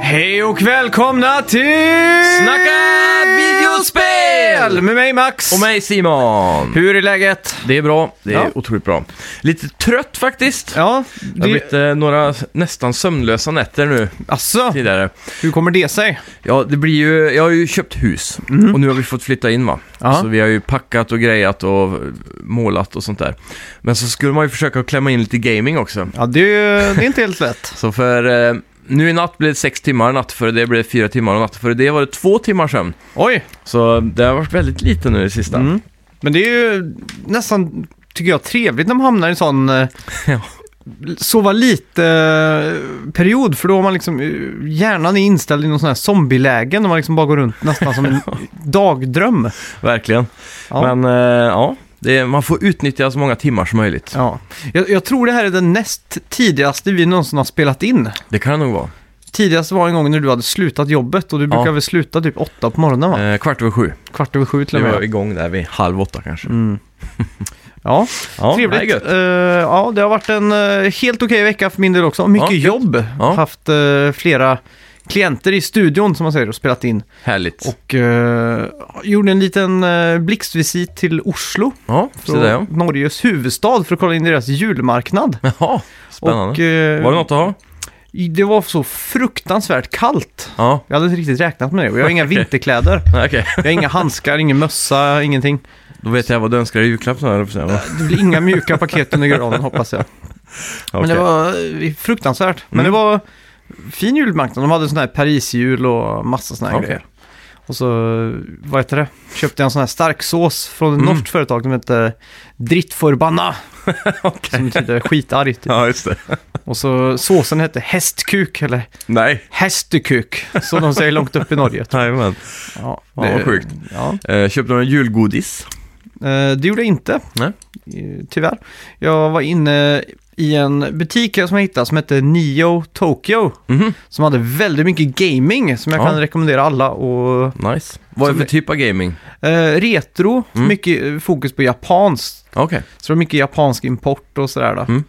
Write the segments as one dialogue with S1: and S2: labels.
S1: Hej och välkomna till...
S2: Snacka videospel!
S1: Med mig Max.
S2: Och mig Simon!
S1: Hur är läget?
S2: Det är bra, det är
S1: Ja.
S2: otroligt bra. Lite trött faktiskt.
S1: Ja,
S2: Det har
S1: det...
S2: blivit eh, några nästan sömnlösa nätter nu
S1: Asså,
S2: tidigare.
S1: alltså, hur kommer det sig?
S2: Ja, det blir ju, jag har ju köpt hus och nu har vi fått flytta in va.
S1: Mm. Ja.
S2: Så vi har ju packat och grejat och målat och sånt där. Men så skulle man ju försöka klämma in lite gaming också.
S1: Ja, det är, det är inte helt lätt.
S2: Så för eh, nu i natt blev det sex timmar, natt före det blev det fyra timmar och natt före det var det två timmar sömn.
S1: Oj,
S2: Så det har varit väldigt lite nu i det sista.
S1: Mm. men det är ju nästan, tycker jag, trevligt när man hamnar i en sån eh,
S2: Ja.
S1: sova lite-period. För då har man liksom, eh, hjärnan är inställd i någon sån här zombieläge när man liksom bara går runt nästan som en dagdröm.
S2: Verkligen.
S1: Ja.
S2: Men eh, ja, det, man får utnyttja så många timmar som möjligt.
S1: Ja, jag, jag tror det här är den näst tidigaste vi någonsin har spelat in.
S2: Det kan det nog vara.
S1: Tidigast var en gång när du hade slutat jobbet och du brukar väl sluta typ åtta på morgonen va?
S2: Eh, kvart över sju.
S1: Kvart över sju till
S2: Vi
S1: och
S2: var
S1: med.
S2: igång där vid halv åtta kanske.
S1: Mm. Ja,
S2: Ja, det är
S1: trevligt.
S2: gött.
S1: Eh, ja, det har varit en eh, helt okej vecka för min del också. Mycket
S2: Ja, gött.
S1: jobb.
S2: Ja.
S1: Haft eh, flera klienter i studion som man säger och spelat in.
S2: Härligt.
S1: Och eh, gjorde en liten uh, blixtvisit till Oslo,
S2: ja, så
S1: från
S2: där ja.
S1: Norges huvudstad, för att kolla in deras julmarknad.
S2: Jaha, spännande.
S1: Och, eh,
S2: var det något att ha?
S1: Det var så fruktansvärt kallt.
S2: Ja,
S1: Jag hade inte riktigt räknat med det. Och jag har inga vinterkläder.
S2: Nej, okej.
S1: Jag har inga handskar, ingen mössa, ingenting.
S2: Då vet jag vad du önskar i julklapp så här, höll jag på att säga.
S1: Det blir inga mjuka paket under granen hoppas jag.
S2: Ja,
S1: Men det
S2: okej.
S1: var eh, fruktansvärt. Men
S2: Mm.
S1: det var fin julmarknad. De hade sån här Parisjul och massa såna här
S2: Okej.
S1: grejer. Och så, eh, vad heter det? Köpte jag en sån här stark sås från ett
S2: Mm.
S1: norskt företag. De hette Drittförbanna. Som betyder skitarg typ.
S2: Ja, just det.
S1: Och så såsen hette hästkuk eller
S2: Nej.
S1: hästekuk. Så de säger långt upp i Norge.
S2: Jajamän.
S1: Ja,
S2: Fan, vad sjukt.
S1: Ja.
S2: Eh, köpte du en julgodis?
S1: Eh, Det gjorde jag inte,
S2: Nej.
S1: Eh, tyvärr. Jag var inne i en butik som jag hittade som hette Nio Tokyo.
S2: Mhm,
S1: Som hade väldigt mycket gaming som jag
S2: Ja.
S1: kan rekommendera alla. Och,
S2: nice. Vad är det för typ av gaming?
S1: eh, retro,
S2: Mm.
S1: mycket eh, fokus på japanskt.
S2: Okej.
S1: Så det var mycket japansk import och sådär. Då.
S2: Mm.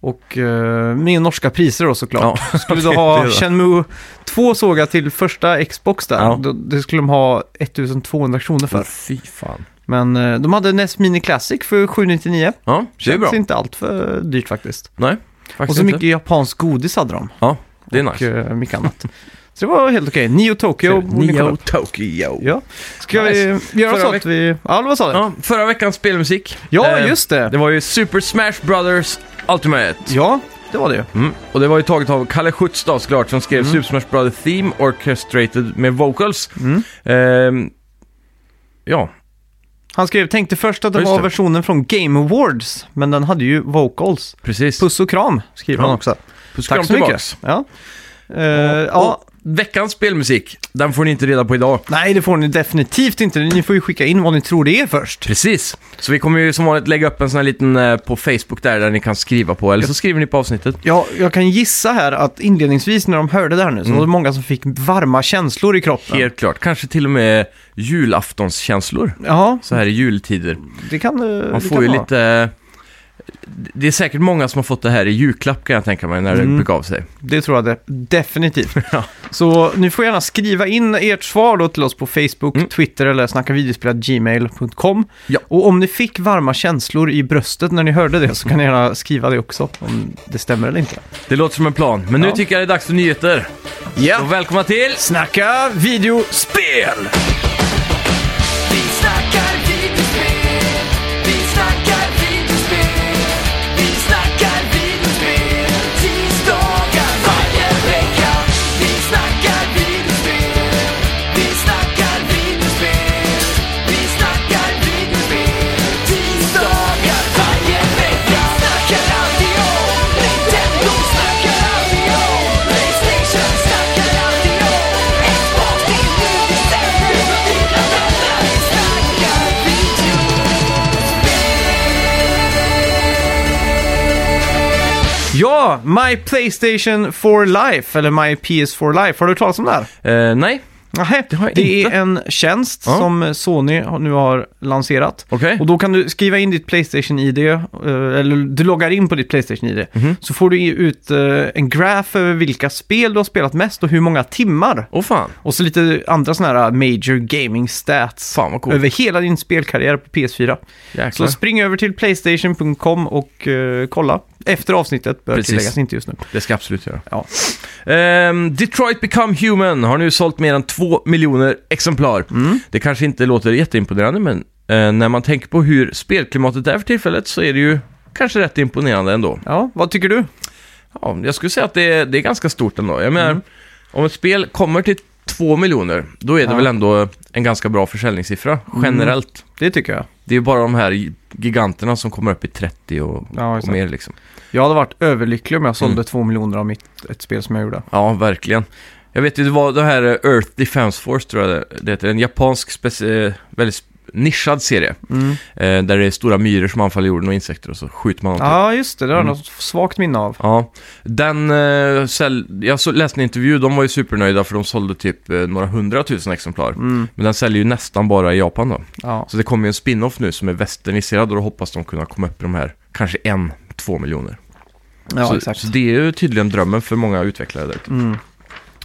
S1: Och eh, med norska priser då såklart.
S2: Ja.
S1: Skulle du
S2: det
S1: ha
S2: är det.
S1: Shenmue 2 såg jag till första Xbox där.
S2: Ja.
S1: Då, det skulle de ha 1200 kronor för.
S2: Fy fan.
S1: Men eh, de hade NES Mini Classic för 799.
S2: Ja, det är
S1: Känns
S2: bra.
S1: inte allt för dyrt faktiskt.
S2: Nej, faktiskt
S1: och så
S2: inte.
S1: mycket japansk godis hade de.
S2: Ja, det är
S1: Och
S2: nice.
S1: eh, mycket annat. Så det var helt okej. Nio Tokyo. borde ni kolla
S2: Neo
S1: upp.
S2: Tokyo.
S1: Ja. Ska vi göra
S2: Förra
S1: så att
S2: veck-
S1: vi... Ja, vad sa du? Ja,
S2: Ja, förra veckans spelmusik. Eh,
S1: just det.
S2: Det var ju Super Smash Brothers Ultimate.
S1: Ja, det var det ju.
S2: Mm. Och det var ju taget av Kalle Schütz då såklart, som skrev Super Smash Brothers Theme Orchestrated med vocals.
S1: Mm.
S2: Ehm, ja,
S1: Han skrev, tänkte först att det
S2: Just
S1: var
S2: det.
S1: versionen från Game Awards, men den hade ju vocals.
S2: precis.
S1: Puss och kram, skriver
S2: Ja.
S1: han också.
S2: Puss
S1: Tack
S2: kram
S1: så mycket. Ja. Eh, ja.
S2: Och veckans spelmusik, den får ni inte reda på idag.
S1: Nej, det får ni definitivt inte. Ni får ju skicka in vad ni tror det är först.
S2: Precis. Så vi kommer ju som vanligt lägga upp en sån här liten eh, på Facebook där, där ni kan skriva på. Eller så skriver ni på avsnittet.
S1: Ja, jag kan gissa här att inledningsvis när de hörde det här nu så
S2: Mm.
S1: var det många som fick varma känslor i kroppen.
S2: Helt klart. Kanske till och med julaftonskänslor.
S1: Ja,
S2: Så här i jultider.
S1: det kan eh,
S2: Man
S1: det
S2: får
S1: kan
S2: ju
S1: vara.
S2: lite... Det är säkert många som har fått det här i julklapp kan jag tänka mig när
S1: Mm.
S2: det begav sig.
S1: Det tror jag det, definitivt.
S2: Ja.
S1: Så ni får gärna skriva in ert svar då till oss på Facebook,
S2: Mm.
S1: Twitter eller snackavideospelatgmail.com.
S2: Ja.
S1: Och om ni fick varma känslor i bröstet när ni hörde det så kan ni gärna skriva det också, om det stämmer eller inte.
S2: Det låter som en plan, men nu
S1: Ja.
S2: tycker jag det är dags för nyheter.
S1: Ja.
S2: Så välkomna till...
S1: Snacka videospel!
S3: Vi snackar videospel, vi snackar videospel, vi snackar videospel, tisdagar varje vecka. Vi snackar videospel, vi snackar videospel, vi snackar videospel, tisdagar varje vecka. Snackar alltid om Nintendo, snackar alltid om Playstation, snackar alltid om Xbox, det är nu vi sänder från dina vänner. Vi snackar video.
S1: Ja, My Playstation for Life, eller My PS4 Life, har du hört talas om det här?
S2: Eh, nej,
S1: Nej,
S2: Det har jag
S1: det är
S2: inte.
S1: en tjänst
S2: Ja.
S1: som Sony har- nu har lanserat.
S2: Okej?
S1: Och då kan du skriva in ditt Playstation-ID, eh, eller du loggar in på ditt Playstation-ID.
S2: Mhm.
S1: Så får du ju ut eh, en graf över vilka spel du har spelat mest och hur många timmar.
S2: Åh fan.
S1: Och så lite andra sådana här major gaming stats.
S2: Fan vad coolt.
S1: Över hela din spelkarriär på PS4. Så
S2: Jäklar.
S1: spring över till Playstation.com och eh, kolla. Efter avsnittet, bör
S2: Precis.
S1: tilläggas, inte just nu.
S2: Det ska jag absolut göra.
S1: Ja.
S2: Ehm, Detroit Become Human har nu sålt mer än 2 miljoner exemplar.
S1: Mm.
S2: Det kanske inte låter jätteimponerande, men eh, när man tänker på hur spelklimatet är för tillfället så är det ju kanske rätt imponerande ändå.
S1: Ja, vad tycker du?
S2: Ja, jag skulle säga att det är, det är ganska stort ändå. Jag
S1: Mm.
S2: menar, om ett spel kommer till 2 miljoner, då är det
S1: Ja. Mm.
S2: väl ändå en ganska bra försäljningssiffra generellt.
S1: Det tycker jag.
S2: Det är ju bara de här giganterna som kommer upp i 30 och,
S1: Ja,
S2: och
S1: exakt.
S2: mer liksom.
S1: Jag hade varit överlycklig om jag sålde två miljoner av mitt, ett spel som jag gjorde.
S2: Ja, verkligen. Jag vet ju, det var det här eh, Earth Defense Force tror jag det- det heter. En japansk, speci- eh, väldigt sp- nischad serie.
S1: Mm.
S2: Eh, där det är stora myror som anfaller jorden och insekter och så skjuter man
S1: Ja,
S2: dem.
S1: just det. Det har jag
S2: Mm.
S1: något svagt minne av.
S2: Ja, den... Eh, säl- jag så- läste en intervju, de var ju supernöjda för de sålde typ eh, några hundratusen exemplar.
S1: Mm.
S2: Men den säljer ju nästan bara i Japan då.
S1: Ja.
S2: Så det kommer ju en spin-off nu som är västerniserad och då hoppas de kunna komma upp i de här kanske en, två miljoner.
S1: Ja,
S2: så,
S1: exakt.
S2: så det är ju tydligen drömmen för många utvecklare där.
S1: Mm.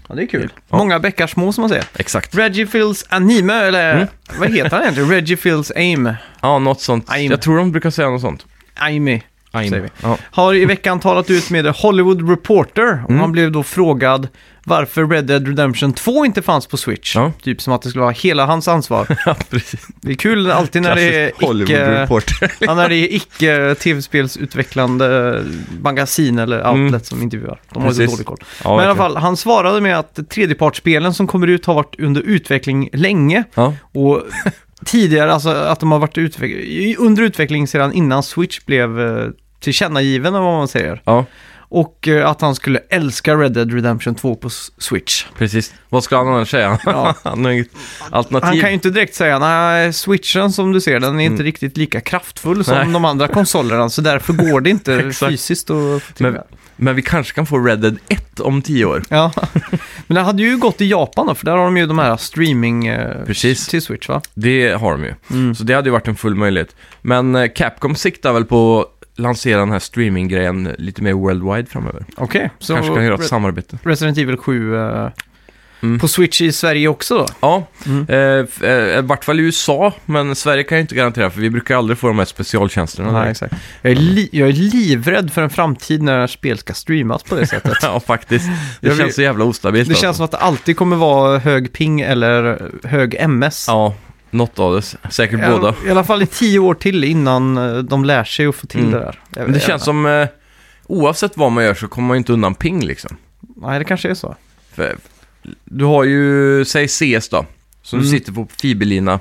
S1: Ja, det är kul.
S2: Ja.
S1: Många bäckar små som man säger.
S2: Exakt.
S1: Reggie Fils Anime, eller
S2: Mm.
S1: vad heter han egentligen? Reggie Fils Aim.
S2: Ja, något sånt.
S1: Aim.
S2: Jag tror de brukar säga något sånt.
S1: Aimee.
S2: Aim.
S1: Säger vi.
S2: Ja.
S1: Har i veckan talat ut med The Hollywood Reporter och
S2: Mm.
S1: han blev då frågad varför Red Dead Redemption 2 inte fanns på Switch.
S2: Ja.
S1: Typ som att det skulle vara hela hans ansvar.
S2: ja, precis.
S1: Det är kul alltid när det är
S2: Klassiskt
S1: icke...
S2: Hollywood-reporter.
S1: Ja, när det är icke-tv-spelsutvecklande magasin eller outlet
S2: Mm.
S1: som intervjuar. De har ju så
S2: Precis.
S1: dålig koll.
S2: ja,
S1: Men i alla
S2: verkligen.
S1: fall, han svarade med att tredjepartsspelen som kommer ut har varit under utveckling länge.
S2: Ja,
S1: Och tidigare, alltså att de har varit utveck- i- under utveckling sedan innan Switch blev eh, tillkännagiven, eller vad man säger.
S2: ja,
S1: Och eh, att han skulle älska Red Dead Redemption 2 på S- Switch.
S2: precis. Vad skulle han annars säga?
S1: Ja.
S2: han har inget
S1: Han
S2: alternativ.
S1: kan ju inte direkt säga nej, switchen som du ser den är inte riktigt lika kraftfull som
S2: Mm. Nej.
S1: de andra konsolerna så därför går det inte
S2: Exakt.
S1: fysiskt att få till
S2: Men-
S1: det.
S2: Men vi kanske kan få Red Dead 1 om 10 år.
S1: Ja, men det hade ju gått i Japan då för där har de ju de här streaming eh,
S2: Precis. Mm.
S1: till Switch va?
S2: Det har de ju. Så det hade ju varit en full möjlighet. Men eh, Capcom siktar väl på att lansera den här streaminggrejen lite mer worldwide framöver.
S1: Okej, så Mm.
S2: kanske kan göra ett
S1: Re-
S2: samarbete.
S1: Resident Evil 7 eh,
S2: Mm.
S1: på Switch i Sverige också då?
S2: Ja,
S1: Mm.
S2: eh, f- eh, i vart fall i USA, men Sverige kan jag inte garantera för vi brukar aldrig få de här specialtjänsterna.
S1: Nej,
S2: direkt.
S1: exakt. Jag är, li- jag är livrädd för en framtid när spel ska streamas på det sättet.
S2: ja, faktiskt. Det
S1: Jag vill-
S2: känns så jävla ostabilt. alltså.
S1: Det känns som att det alltid kommer vara hög ping eller hög MS.
S2: Ja, något av det. Säkert
S1: I alla-
S2: båda.
S1: I alla fall i tio år till innan eh, de lär sig att få till
S2: Mm.
S1: det där. Jag
S2: Men det
S1: vet
S2: känns
S1: inte.
S2: som, eh, oavsett vad man gör så kommer man ju inte undan ping liksom.
S1: Nej, det kanske är så.
S2: För, du har ju, säg CS då, som du
S1: Mm.
S2: sitter på fiberlina.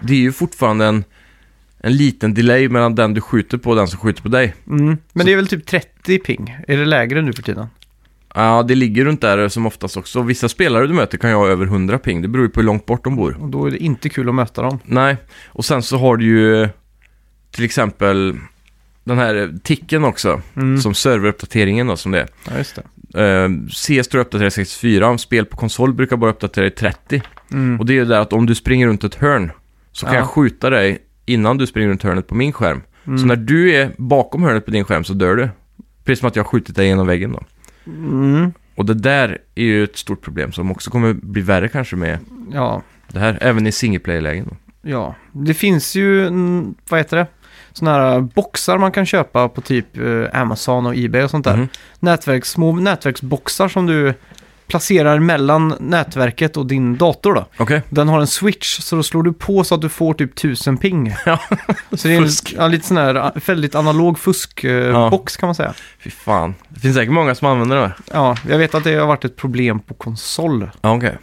S2: Det är ju fortfarande en, en liten delay mellan den du skjuter på och den som skjuter på dig.
S1: Mm. Men det är väl typ 30 ping? Är det lägre nu för tiden?
S2: Ja, det ligger runt där som oftast också. Vissa spelare du möter kan ju ha över 100 ping, det beror ju på hur långt bort de bor.
S1: Och då är det inte kul att möta dem.
S2: Nej, och sen så har du ju eh, till exempel den här ticken också,
S1: Mm.
S2: som serveruppdateringen då som det är.
S1: Ja, just det.
S2: Eh, CS tror jag uppdaterar 64, om spel på konsol brukar bara uppdatera i 30.
S1: Mm.
S2: Och det är ju där att om du springer runt ett hörn så kan
S1: Ja.
S2: jag skjuta dig innan du springer runt hörnet på min skärm. Så
S1: Mm.
S2: när du är bakom hörnet på din skärm så dör du. Precis som att jag har skjutit dig genom väggen då.
S1: Mm.
S2: Och det där är ju ett stort problem som också kommer bli värre kanske med
S1: Ja,
S2: det här, även i singleplayer-lägen då.
S1: ja. Det finns ju, mm, vad heter det? Sådana här boxar man kan köpa på typ eh, Amazon och Ebay och sånt där.
S2: Mhm.
S1: Nätverks, små nätverksboxar som du placerar mellan nätverket och din dator då.
S2: Okej,
S1: Den har en switch, så då slår du på så att du får typ 1000 ping.
S2: Ja.
S1: Så det är en,
S2: Fusk.
S1: ja, lite sån här a- väldigt analog
S2: Ja.
S1: fuskbox box kan man säga.
S2: fy fan. Det finns säkert många som använder det här.
S1: Ja, jag vet att det har varit ett problem på konsol.
S2: Ja, okej.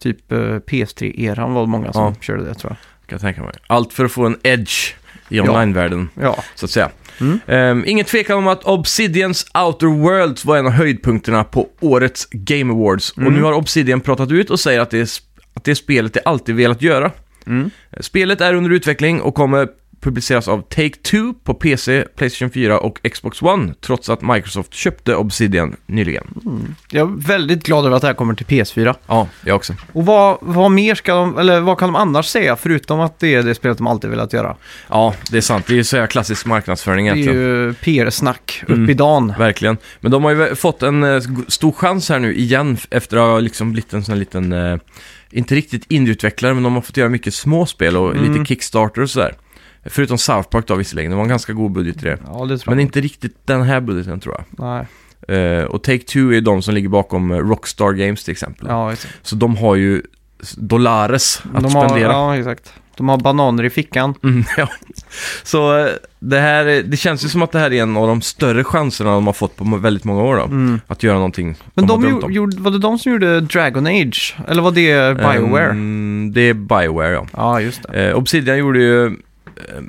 S1: Typ eh, PS3-eran var det många som
S2: Ja.
S1: körde det tror
S2: Kan jag tänka mig. Allt för att få en edge i
S1: Ja.
S2: online-världen.
S1: jag. Ja,
S2: så att säga.
S1: Mm.
S2: Ehm, ingen tvekan om att Obsidians Outer Worlds var en av höjdpunkterna på årets Game Awards. Och nu har Obsidian pratat ut och säger att det, är, sp- att det är spelet de alltid velat göra.
S1: Mm.
S2: Spelet är under utveckling och kommer publiceras av Take-Two på PC, Playstation 4 och Xbox One, trots att Microsoft köpte Obsidian nyligen.
S1: Jag är väldigt glad över att det här kommer till PS4.
S2: Ja, jag också.
S1: Och vad, vad mer ska de, eller vad kan de annars säga förutom att det är det spelet de alltid velat göra?
S2: Ja, det är sant. Det är ju så här klassisk marknadsföring
S1: Det är
S2: egentligen. Mm.
S1: ju PR-snack upp i dagen.
S2: Verkligen. Men de har ju fått en eh, stor chans här nu igen f- efter att ha liksom blivit en sån här liten, eh, inte riktigt indieutvecklare, men de har fått göra mycket småspel och
S1: Mm.
S2: lite Kickstarter och sådär. Förutom South Park då visserligen, det var en ganska god budget i det.
S1: Ja, det tror
S2: Men
S1: jag.
S2: inte riktigt den här budgeten tror jag.
S1: Nej.
S2: Eh, och Take-Two är ju de som ligger bakom eh, Rockstar Games till exempel.
S1: Ja, exakt.
S2: Så de har ju s- dollares att
S1: de har,
S2: spendera.
S1: Ja, exakt. De har bananer i fickan.
S2: Mm, ja. Så eh, det här, är- det känns ju som att det här är en av de större chanserna de har fått på m- väldigt många år då.
S1: Mm.
S2: Att göra någonting
S1: Men
S2: de,
S1: de,
S2: har
S1: ju-
S2: drömt om.
S1: gjorde, var det de som gjorde Dragon Age? Eller var det Bioware?
S2: Ehm, det är Bioware, ja.
S1: Ja, just det.
S2: Eh, Obsidian gjorde ju... eh,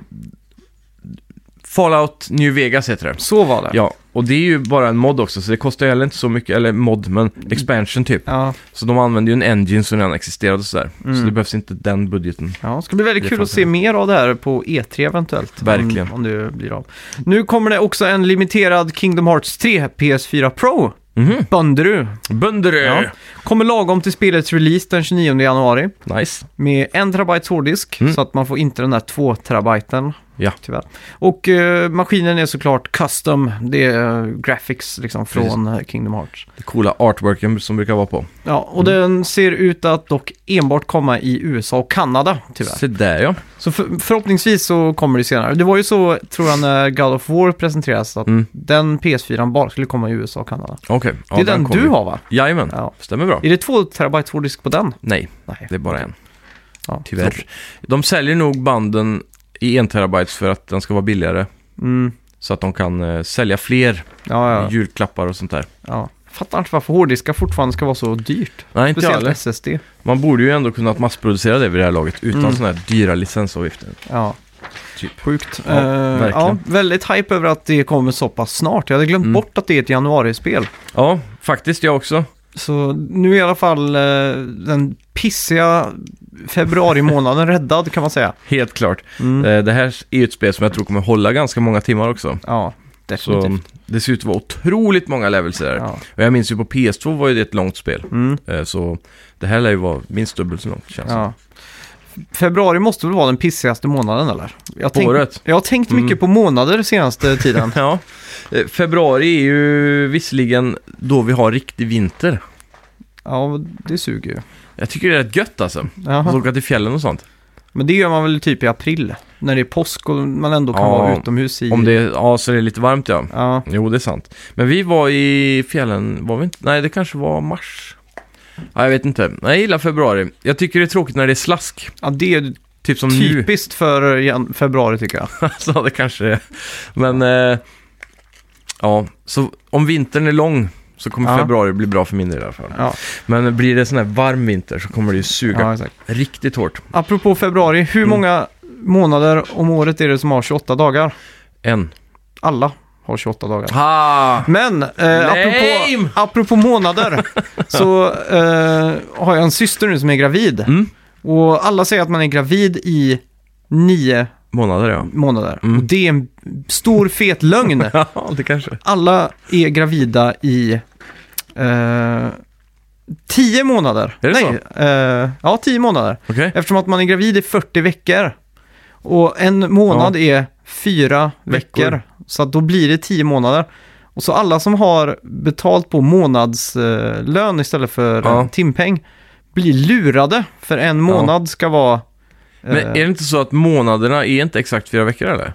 S2: Fallout New Vegas heter det.
S1: Så var det.
S2: Ja, och det är ju bara en mod också, så det kostar ju heller inte så mycket, eller mod, men expansion typ.
S1: Ja,
S2: Så de använder ju en engine som redan existerade och sådär.
S1: Mm.
S2: Så det behövs inte den budgeten.
S1: ja, det ska bli väldigt
S2: Det är
S1: kul att se
S2: framtiden.
S1: mer av det här på E3 eventuellt.
S2: Verkligen.
S1: Om, om det blir av. Nu kommer det också en limiterad Kingdom Hearts 3 PS4 Pro.
S2: Mhm.
S1: Bönderö.
S2: Bönder!
S1: Ja. Kommer lagom till spelets release den 29 januari.
S2: Nice.
S1: Med en terabyte hårddisk,
S2: Mm.
S1: så att man får inte den där två terabyten.
S2: Ja.
S1: Tyvärr. Och eh, maskinen är såklart custom. Det är eh, graphics liksom från eh, Kingdom Hearts.
S2: Det coola artworken som brukar vara på.
S1: Ja, och
S2: Mm.
S1: den ser ut att dock enbart komma i USA och Kanada, tyvärr.
S2: Se där ja.
S1: Så för, förhoppningsvis så kommer det senare. Det var ju så, tror jag, när God of War presenterades, att
S2: Mm.
S1: den PS4 bara skulle komma i USA och Kanada.
S2: Okej.
S1: det är den, du har, va?
S2: Jajamän,
S1: Ja.
S2: stämmer bra.
S1: Är det två terabyte hårddisk på den?
S2: Nej,
S1: Nej,
S2: det är bara en.
S1: ja.
S2: Tyvärr. De säljer nog banden i 1 terabyte för att den ska vara billigare.
S1: Mm.
S2: Så att de kan eh, sälja fler
S1: Ja,
S2: Mm.
S1: ja.
S2: julklappar och sånt där.
S1: Ja. Fattar inte varför hårddiskar fortfarande ska vara så dyrt.
S2: Nej, inte jag
S1: Speciellt
S2: heller.
S1: SSD.
S2: Man borde ju ändå kunnat massproducera det vid det här laget utan
S1: Mm.
S2: sådana här dyra licensavgifter.
S1: Ja.
S2: Typ.
S1: Sjukt.
S2: Ja,
S1: Eh, ja,
S2: verkligen.
S1: väldigt hype över att det kommer så pass snart. Jag hade glömt
S2: Mm.
S1: bort att det är ett januarispel.
S2: Ja, faktiskt jag också.
S1: Så nu är i alla fall eh, den pissiga februari månaden räddad kan man säga.
S2: Helt klart.
S1: Mm.
S2: Eh, Det här är ju ett spel som jag tror kommer hålla ganska många timmar också.
S1: Ja,
S2: Så
S1: definitivt.
S2: det ser ut att vara otroligt många levels där.
S1: Ja.
S2: Och jag minns ju på PS2 var ju det ett långt spel.
S1: Mm.
S2: Eh, Så det här lär ju vara minst dubbelt så långt känns det
S1: Ja. Februari måste väl vara den pissigaste månaden eller? Jag
S2: På året? Mm.
S1: Jag har tänkt mycket på månader senaste tiden.
S2: Ja, Eh, februari är ju visserligen då vi har riktig vinter.
S1: ja, det suger ju.
S2: Jag tycker det är rätt gött alltså.
S1: Jaha.
S2: Att åka till fjällen och sånt.
S1: Men det gör man väl typ i april? När det är påsk och man ändå kan
S2: Ja,
S1: vara utomhus i...
S2: Om det är, ja, så det är lite varmt ja.
S1: Ja,
S2: Jo, det är sant. Men vi var i fjällen, var vi inte? Nej, det kanske var mars. Ja, jag vet inte. Nej, jag gillar februari. Jag tycker det är tråkigt när det är slask.
S1: ja, det är
S2: Typ som nu.
S1: typiskt för jan- februari tycker jag.
S2: så det kanske är. Men, eh, ja. Så om vintern är lång så kommer
S1: Ja.
S2: februari bli bra för min del i alla fall.
S1: Ja,
S2: Men blir det sån här varm vinter så kommer det ju suga
S1: ja exakt.
S2: riktigt hårt.
S1: Apropå februari,
S2: Mm.
S1: hur många månader om året är det som har 28 dagar?
S2: En.
S1: Alla har 28 dagar.
S2: Ha!
S1: Men eh, apropå,
S2: Lame!
S1: apropå månader så eh, har jag en syster nu som är gravid.
S2: Mm.
S1: Och alla säger att man är gravid i nio
S2: Månader ja.
S1: månader.
S2: Mm.
S1: Och det är en stor fet lögn.
S2: Ja, det kanske.
S1: alla är gravida i eh, tio månader.
S2: Är det
S1: Nej, eh, ja, tio månader.
S2: Okej.
S1: Eftersom att man är gravid i 40 veckor. Och en månad är fyra veckor.
S2: Veckor.
S1: Så att då blir det tio månader. Och så alla som har betalt på månadslön istället för
S2: Ja.
S1: eh, timpeng blir lurade. För en månad ska vara... eh,
S2: Men är det inte så att månaderna är inte exakt fyra veckor eller?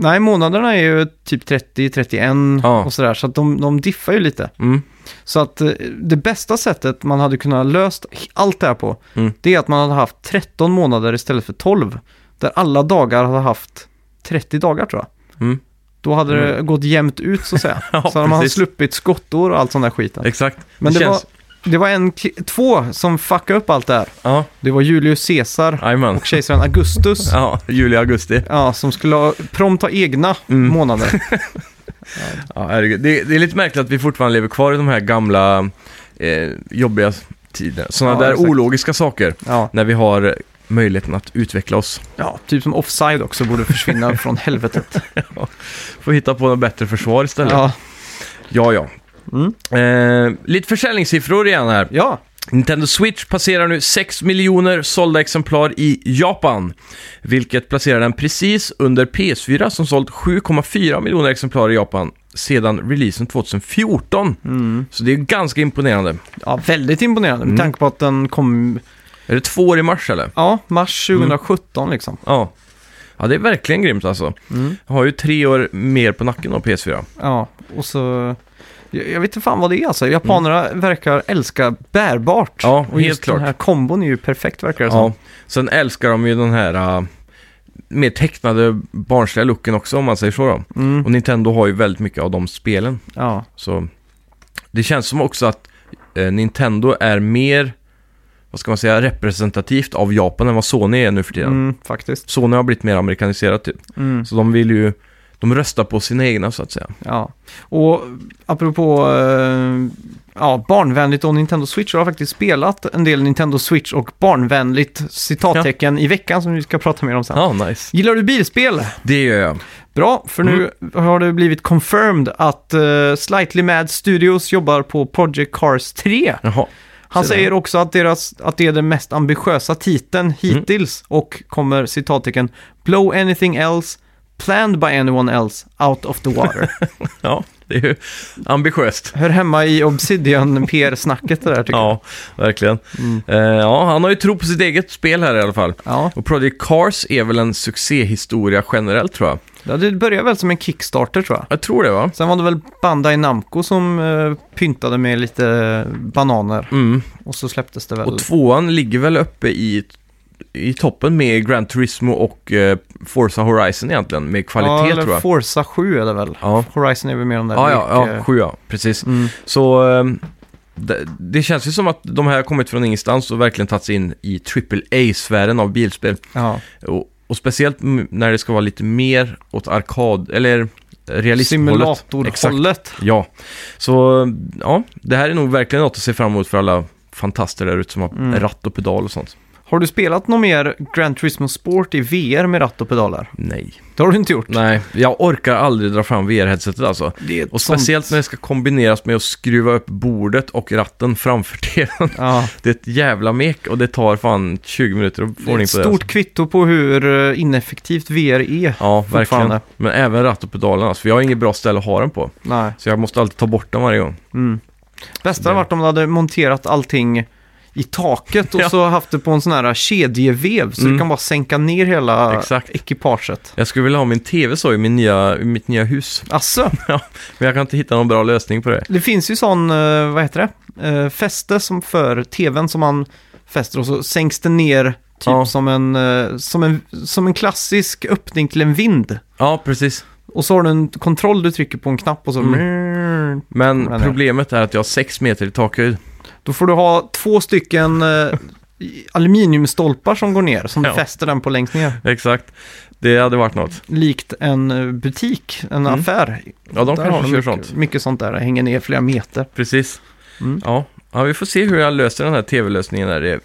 S1: Nej, månaderna är ju typ 30, 31
S2: Ja.
S1: och sådär. Så att de, de diffar ju lite.
S2: Mm.
S1: Så att eh, det bästa sättet man hade kunnat löst allt det här på,
S2: Mm.
S1: det är att man hade haft 13 månader istället för 12. Där alla dagar hade haft 30 dagar tror jag.
S2: Mm.
S1: Då hade det gått jämnt ut så att säga.
S2: Ja,
S1: så hade man
S2: precis.
S1: sluppit skottår och allt sånt där skiten.
S2: Exakt.
S1: Men det,
S2: känns...
S1: var, det var en, ki- två som fuckade upp allt det här.
S2: Ja,
S1: Det var Julius Caesar
S2: jajamän.
S1: och kejsaren Augustus.
S2: Ja, juli, augusti.
S1: Ja, som skulle ha prompt ha egna
S2: Mm.
S1: månader.
S2: Ja, herregud. Det, det är lite märkligt att vi fortfarande lever kvar i de här gamla eh, jobbiga tiderna. Sådana
S1: Ja,
S2: där
S1: exakt.
S2: ologiska saker.
S1: Ja,
S2: När vi har möjligheten att utveckla oss.
S1: Ja, typ som offside också borde försvinna från helvetet.
S2: Får hitta på något bättre försvar istället. Ja,
S1: Ja,
S2: ja.
S1: Mm.
S2: Eh, lite försäljningssiffror igen här.
S1: ja.
S2: Nintendo Switch passerar nu 6 miljoner sålda exemplar i Japan, vilket placerar den precis under PS4 som sålt 7,4 miljoner exemplar i Japan sedan releasen 2014.
S1: Mm.
S2: Så det är ganska imponerande.
S1: ja väldigt imponerande
S2: Mm.
S1: med tanke på att den kom
S2: Är det två år i mars eller?
S1: ja, mars
S2: Mm.
S1: 2017 liksom.
S2: Ja. Ja, det är verkligen grymt alltså.
S1: Mm.
S2: Har ju tre år mer på nacken av PS4.
S1: Ja, och så... Jag, jag vet inte fan vad det är alltså. Japanerna verkar älska bärbart.
S2: Mm. Ja,
S1: och
S2: helt
S1: just
S2: klart.
S1: den här kombon är ju perfekt verkar det
S2: Ja.
S1: som.
S2: Alltså, Sen älskar de ju den här äh, mer tecknade barnsliga looken också om man säger så då.
S1: Mm.
S2: Och Nintendo har ju väldigt mycket av de spelen.
S1: Ja.
S2: Så det känns som också att eh, Nintendo är mer, vad ska man säga, representativt av Japan än vad Sony är nu för tiden.
S1: Mm, faktiskt.
S2: Sony har blivit mer amerikaniserat typ.
S1: Mm,
S2: Så de vill ju, de röstar på sina egna så att säga.
S1: ja. Och apropå eh, ja, barnvänligt och Nintendo Switch. Jag har faktiskt spelat en del Nintendo Switch och barnvänligt citattecken i veckan som vi ska prata mer om sen.
S2: Ja, nice.
S1: Gillar du bilspel?
S2: Det gör jag.
S1: Bra, för nu
S2: Mm.
S1: har det blivit confirmed att eh, Slightly Mad Studios jobbar på Project Cars 3.
S2: Jaha.
S1: Han
S2: Så där.
S1: säger också att, deras, att det är den mest ambitiösa
S2: Mm.
S1: titeln hittills och kommer citattecken “blow anything else, planned by anyone else, out of the water”.
S2: Ja, det är ju ambitiöst.
S1: Hör hemma i Obsidian-PR-snacket det där tycker jag.
S2: Ja, verkligen. Eh, ja, han har ju tro på sitt eget spel här i alla fall.
S1: Ja,
S2: Och Project Cars är väl en succéhistoria generellt tror jag.
S1: Ja, det började väl som en Kickstarter tror jag.
S2: Jag tror det va?
S1: Sen var det väl Bandai Namco som eh, pyntade med lite bananer
S2: Mm.
S1: och så släpptes det väl.
S2: Och tvåan ligger väl uppe i, i toppen med Gran Turismo och eh, Forza Horizon egentligen, med
S1: ja,
S2: kvalitet
S1: eller
S2: tror jag.
S1: Forza 7 är det väl?
S2: Ja.
S1: Horizon är väl mer om det.
S2: Ja, ja, ja,
S1: Mycket-
S2: sju ja, precis.
S1: Mm.
S2: Så ehm, det, det känns ju som att de här har kommit från ingenstans och verkligen tagit sig in i AAA-sfären av bilspel.
S1: ja.
S2: Och, och speciellt m- när det ska vara lite mer åt arkad, eller realisthållet. Exakt.
S1: Simulatorhållet.
S2: Ja, så ja, det här är nog verkligen något att se fram emot för alla fantaster där ute som har
S1: Mm.
S2: ratt och pedal och sånt.
S1: Har du spelat något mer Gran Turismo Sport i VR med ratt och pedaler?
S2: Nej.
S1: Det har du inte gjort.
S2: Nej, jag orkar aldrig dra fram VR-headsetet alltså.
S1: Det är
S2: Och speciellt när det ska kombineras med att skruva upp bordet och ratten framför tvn.
S1: Ja,
S2: Det är ett jävla mek och det tar fan 20 minuter att
S1: det
S2: få
S1: är
S2: ordning
S1: ett
S2: på det. Alltså.
S1: stort kvitto på hur eh, ineffektivt VR är.
S2: Ja, verkligen.
S1: fortfarande.
S2: Men även ratt och pedalen alltså, för jag har inget bra ställe att ha den på.
S1: Nej.
S2: Så jag måste alltid ta bort den varje gång.
S1: Mm. Bästa
S2: Det-
S1: hade varit om du hade monterat allting i taket och
S2: Ja.
S1: så haft det på en sån här kedjevev så
S2: Mm.
S1: du kan bara sänka ner hela
S2: Exakt.
S1: ekipaget.
S2: Jag skulle vilja ha min tv så i, min nya, i mitt nya hus.
S1: Asså,
S2: Men jag kan inte hitta någon bra lösning på det.
S1: det finns ju sån, eh, vad heter det, Eh, fäste som för tvn som man fäster och så sänks det ner typ
S2: Ja.
S1: som, en, eh, som, en, som en klassisk öppning till en vind.
S2: Ja, precis.
S1: Och så har du en kontroll du trycker på en knapp och så...
S2: Men
S1: Kommer den där.
S2: problemet är att jag har 6 meter i takhöjd.
S1: Då får du ha två stycken eh, aluminiumstolpar som går ner, som du
S2: Ja.
S1: fäster den på längst ner.
S2: Exakt. Det hade varit något.
S1: Likt en eh, butik, en
S2: Mm.
S1: affär.
S2: Ja, de
S1: Där
S2: kanske
S1: har de
S2: kör
S1: mycket,
S2: sånt.
S1: Mycket sånt där, hänger ner flera meter.
S2: Precis.
S1: Mm.
S2: Ja. ja, vi får se hur jag löser den här tv-lösningen där. Det är